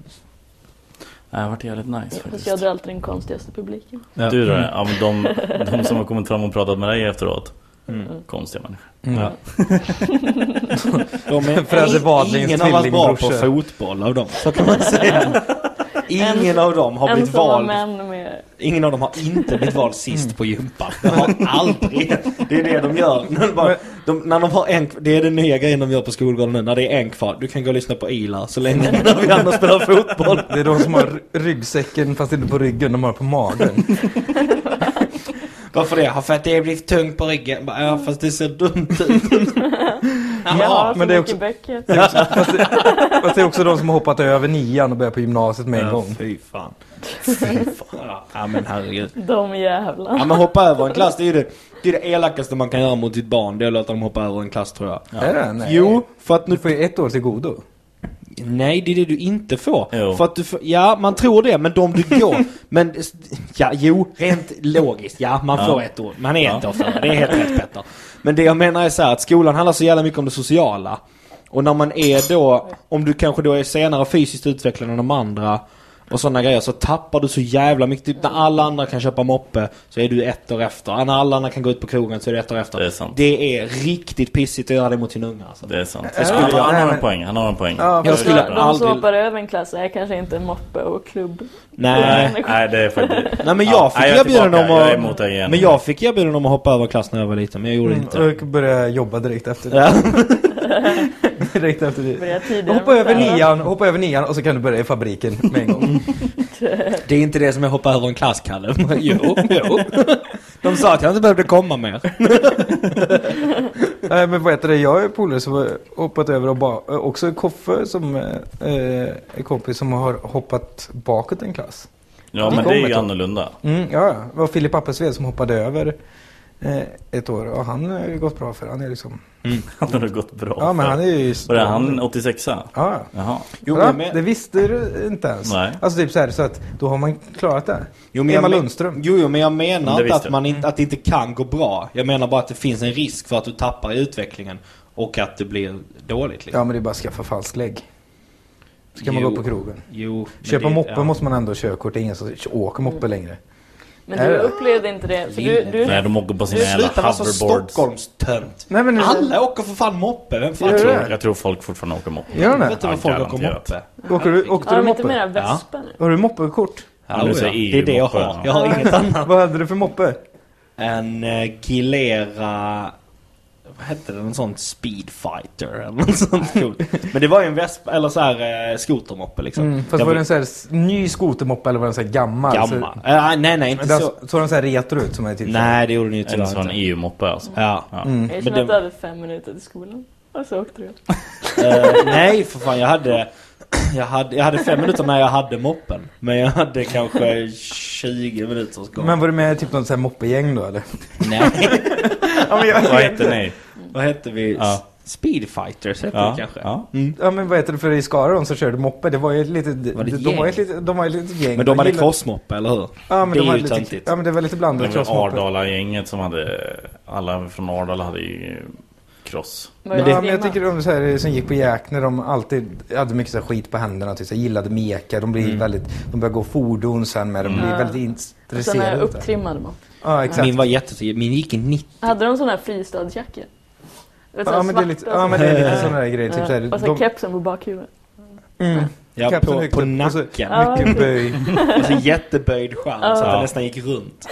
Det har varit jävligt nice Fast faktiskt. jag drar alltid den konstigaste publiken. Du då? Ja, men de, de som har kommit fram och pratat med dig efteråt. Mm. Konstiga människor. Ja. De är, Fröse Wadlings ingen av oss bra på tvillingbrorsa. fotboll av dem, så kan man säga. Ingen En- av dem har en blivit som var vald. män med- Ingen av dem har inte blivit vald sist på gympan. Det har aldrig. Det är det de gör. När de bara, de, när de har en, det är den nya grejen de gör på skolgården nu. När det är en kvar. Du kan gå och lyssna på Ila så länge innan vi andra spelar fotboll. Det är de som har ry- ryggsäcken fast inte på ryggen, de har på magen. Varför det? Ja, för att det har blivit tungt på ryggen. Bara, Ja, fast det ser dumt ut. Jag har så men det är mycket också- böcker. Det är också, fast, det, fast det är också de som har hoppat över nian och börjat på gymnasiet med en Ja, gång. Fy fan. Fy fan. Ja, men herregud. De jävlarna. Ja men hoppa över en klass, det är ju det, det, är det elakaste man kan göra mot ditt barn. Det är att låta dem hoppa över en klass tror jag. Är det? Nej. Jo, för att nu... Du får ju ett år till godo. Nej, det är det du inte får. Jo. För att du får... Ja, man tror det, men de du går... men... Ja, jo, rent logiskt. Ja, man Ja. får ett år. Man är ett Ja. år för det. Det är helt rätt Petter. Men det jag menar är så här att skolan handlar så jävla mycket om det sociala. Och när man är då... Om du kanske då är senare fysiskt utvecklad än de andra och sådana grejer så tappar du så jävla mycket. Typ när alla andra kan köpa moppe så är du ett år efter. När alla andra kan gå ut på krogen så är du ett år efter. Det är, riktigt pissigt att göra det mot din unge alltså. Det är sant. Det skulle jag- han har en poäng, han har en poäng. Ja, jag skulle De som aldrig... hoppar över en klass är kanske inte moppe och klubb. Nej. Nej, det är faktiskt... Nej men jag fick nej, är erbjudande om tillbaka. Jag är emot att... dig igen. Men jag fick erbjudande om att hoppa över klass när jag var liten men jag gjorde Mm, inte det. och började jobba direkt efter det. Ja. direkt efter det. Börjar tidigare Hoppa med över, träning. nian, hoppa över nian och så kan du börja i fabriken med en gång. Det är inte det som jag hoppar över en klass, Kalle. Jo, jo. De sa att jag inte behövde komma mer. Nej men vad heter det, jag är polare som har hoppat över och ba- också Koffe som eh, eh, är kompis som har hoppat bakåt en klass. Ja, men Vi det är kommer ju till- annorlunda. Mm, ja, ja. det var Filip Appelsved som hoppade över eh, ett år och han har ju gått bra för han är liksom... Han har gått bra. Ja, men han är ju Var det han 86 Ja. Ja. Jaha. ja, Det visste du inte ens. Nej. Alltså typ så här så att då har man klarat det. Jo, men Emma jag men- Lundström. Jo, jo, men jag menar Det inte visste att, man inte, att det inte kan gå bra. Jag menar bara att det finns en risk för att du tappar i utvecklingen och att det blir dåligt. Liksom. Ja men det är bara att skaffa falsk lägg. Ska man Jo, gå på krogen. Jo, men Köpa det- moppe ja. måste man ändå ha körkort. Det är ingen som åker moppe längre. Men Är du det? upplevde inte det? För du, du, Nej, de åker på sina Nu jävla slutar man som hoverboards. Stockholmstönt. Nej, men, Alla åker för fan moppe. Vem fan Jag tror tror, jag tror folk fortfarande åker moppe. Gör de det? Ja, Vet du vad folk åker garanterat. moppe? Åker du, åkte har du de inte moppe? mera vespa nu? Har du moppekort? Ja, men du säger EU-moppe. Det är det jag har. Jag har inget annat. Vad hade du för moppe? En eh, Gilera... Vad hette det? Någon sån speedfighter eller något sånt coolt. Men det var ju en vespa, eller så här eh, skotermoppe liksom. Mm, fast Jag var det en sån här s- ny skotermoppe eller var den så här gammal? Gammal. Eh, nej, nej, inte Den så. Såg den så här retro ut som är typ Nej, det gjorde den ju tyvärr En sån inte. EU-moppe alltså. Ja. Mm. Men Jag känner att du det- hade fem minuter till skolan. Och så åkte du upp. Eh, nej för fan, jag hade, jag hade... Jag hade fem minuter när jag hade moppen. Men jag hade kanske 20 minuters gång. Men var du med i typ något sån här moppegäng då eller? Nej. ja, men jag Vad vet hette inte. ni? Vad hette vi? Ja. Speedfighters hette Ja, det kanske. ja. Mm. Ja men vad heter det för i Skara de som körde moppe? Det var ju ett litet... Var det ett de, var gäng? ett litet de var ett litet gäng. Men de hade gillade- crossmoppe, eller hur? Ja men det de är var ju lite... töntigt. Ja men det var lite blandat Det var crossmoppe. Ardala-gänget som hade... Alla från Ardala hade ju cross. Men, ja, men jag tycker de så här, som gick på Jack när de alltid hade mycket så här skit på händerna. Typ, så här, gillade meka. De blir väldigt, de börjar gå fordon sen med. De blir Ja. väldigt Och sen är intresserade. av det. upptrimmade man. Ja exakt. Min var jättetydlig. Min gick i 90. Hade de sådana här fristadsjackor? Du vet, så här Ja men det är svarta lite, och ja, så- men det är lite sådana där grejer. Typ, Ja. så här, Mm. och sen de, kepsen på bakhuvudet. mm, Ja, kapseln på- högt på upp och så nacken. Ja, Mycket okej. böj. Alltså jätteböjd skärm så att den nästan gick runt.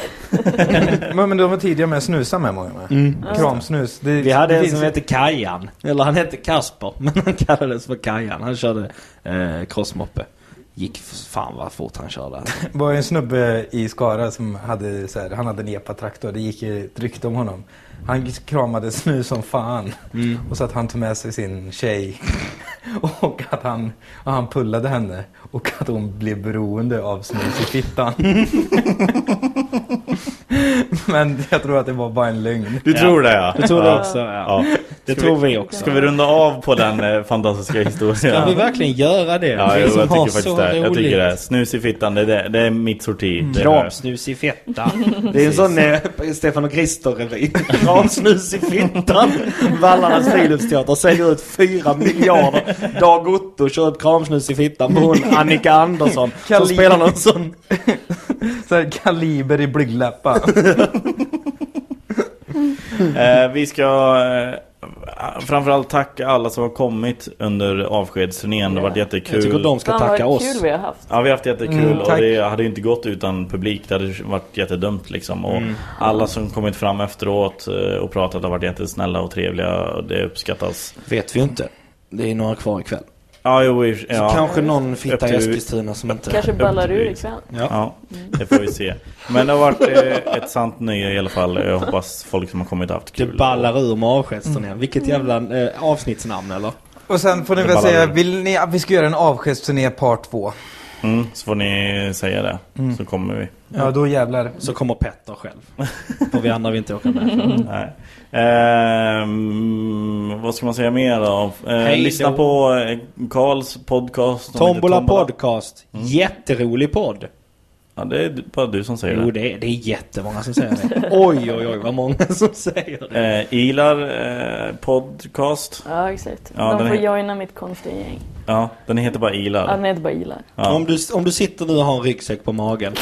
Men, men de var tidiga med att snusa med många med. Kramsnus. Det, Vi hade det en finns- som hette Kajan. Eller han hette Kasper, men han kallades för Kajan. Han körde eh, crossmoppe. Gick f- fan vad fort han körde. var en snubbe i Skara som hade så här, han hade en epatraktor. Det gick ju ett rykte om honom. Han kramade snus som fan. Och så att han tog med sig sin tjej. Och att han, och han pullade henne. Och att hon blev beroende av snus i fittan. Men jag tror att det var bara en lögn. Du tror det ja? Det tror ja. du också, ja. ja. Det Ska tror vi också. Ska vi runda av på den eh, fantastiska historien? Kan vi verkligen göra det? Ja, vi jo, jag har tycker faktiskt så det. Jag tycker roligt. det. Snus i fittan, det är, det, det är mitt sorti. Det är det. Kramsnus i fettan. Det är en sån eh, Stefan och Krister-revy. Kramsnus i fettan. Vallarnas friluftsteater säljer ut 4 miljarder. Dag Otto kör upp kramsnus i fittan på hon Annika Andersson. Som Kalin. spelar någon sån... Så här, kaliber i blygdläppar. Eh, vi ska eh, framförallt tacka alla som har kommit under avskedsturnén. Det har varit jättekul. Jag tycker de ska Fan tacka vad oss. kul vi har haft. Ja vi har haft jättekul Mm, och tack. det hade ju inte gått utan publik. Det hade varit jättedömt liksom. Och Mm. alla som kommit fram efteråt eh, och pratat har varit jättesnälla och trevliga. Och det uppskattas. Vet vi ju inte. Det är några kvar ikväll. Ja, jo, i- ja. Så kanske någon Upp fitta i till- Eskilstuna som inte... Kanske ballar ur Upptryck. ikväll. Ja, det får vi se. Men det har varit eh, ett sant nöje i alla fall. Jag hoppas folk som har kommit har haft Det kul. ballar ur med Mm. avskedsturnén. Vilket jävla eh, avsnittsnamn eller? Och sen får ni Det väl ballar säga, ur. vill ni att vi ska göra en avskedsturné part 2? Mm, så får ni säga det. Mm. Så kommer vi. Ja, då jävlar. Så kommer Petter själv. Och vi andra vill inte åka Mm. med. Nej. Ehm, vad ska man säga mer då? Eh, Hej då. lyssna på eh, Karls podcast. som heter Tombola podcast. Jätterolig podd. Ja, det är bara du som säger Jo, det. det är, det är jättemånga som säger det. Oj, oj, oj, vad många som säger det. Eh, Ilar eh, podcast. Ja, exakt. Ja, De den får he- joina mitt konstiga gäng. ja, den heter bara Ilar. Ja, den heter bara Ilar. Om, du, om du sitter nu och har en ryggsäck på magen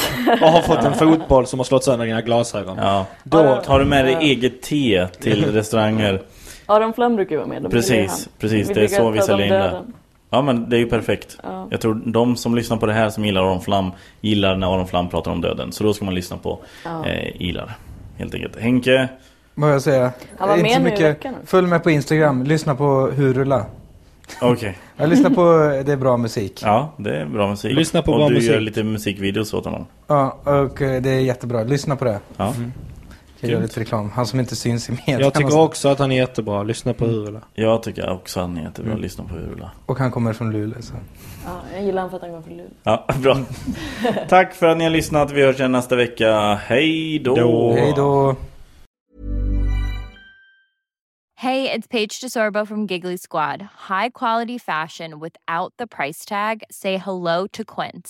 och har fått en fotboll som har slått sönder dina glasögon. Ja. Då tar du med dig eget te till restauranger. Aron Flam brukar ju vara med. dem, precis, eller han. precis. Vi det är brukar så vi prata om säljer in det. döden. Ja, men det är ju perfekt. Ja. Jag tror de som lyssnar på det här som gillar Aron Flam gillar när Aron Flam pratar om döden. Så då ska man lyssna på Ja. eh, Ilar. Helt enkelt. Henke, Vad jag säga? Han var Inte med så nu i mycket. veckan också. Följ med på Instagram, lyssna på Hurula. okej. Jag lyssnar på, det är bra musik. Ja, det är bra musik. Lyssna på och bra du musik. gör lite musikvideos åt honom. Ja, och eh, det är jättebra. Lyssna på det. Ja. Jag gör lite reklam. Han som inte syns i media. Jag tycker också att han är jättebra. Lyssna på Hurula. Jag tycker också han är jättebra. Mm. Lyssna på Hurula. Och han kommer från Luleå. Så. Ja, jag gillar honom för att han går från Luleå. Ja, bra. Tack för att ni har lyssnat. Vi hörs igen nästa vecka. Hej då! Då. Hej då. Hey, it's Paige DeSorbo from Giggly Squad. High quality fashion without the price tag. Say hello to Quince.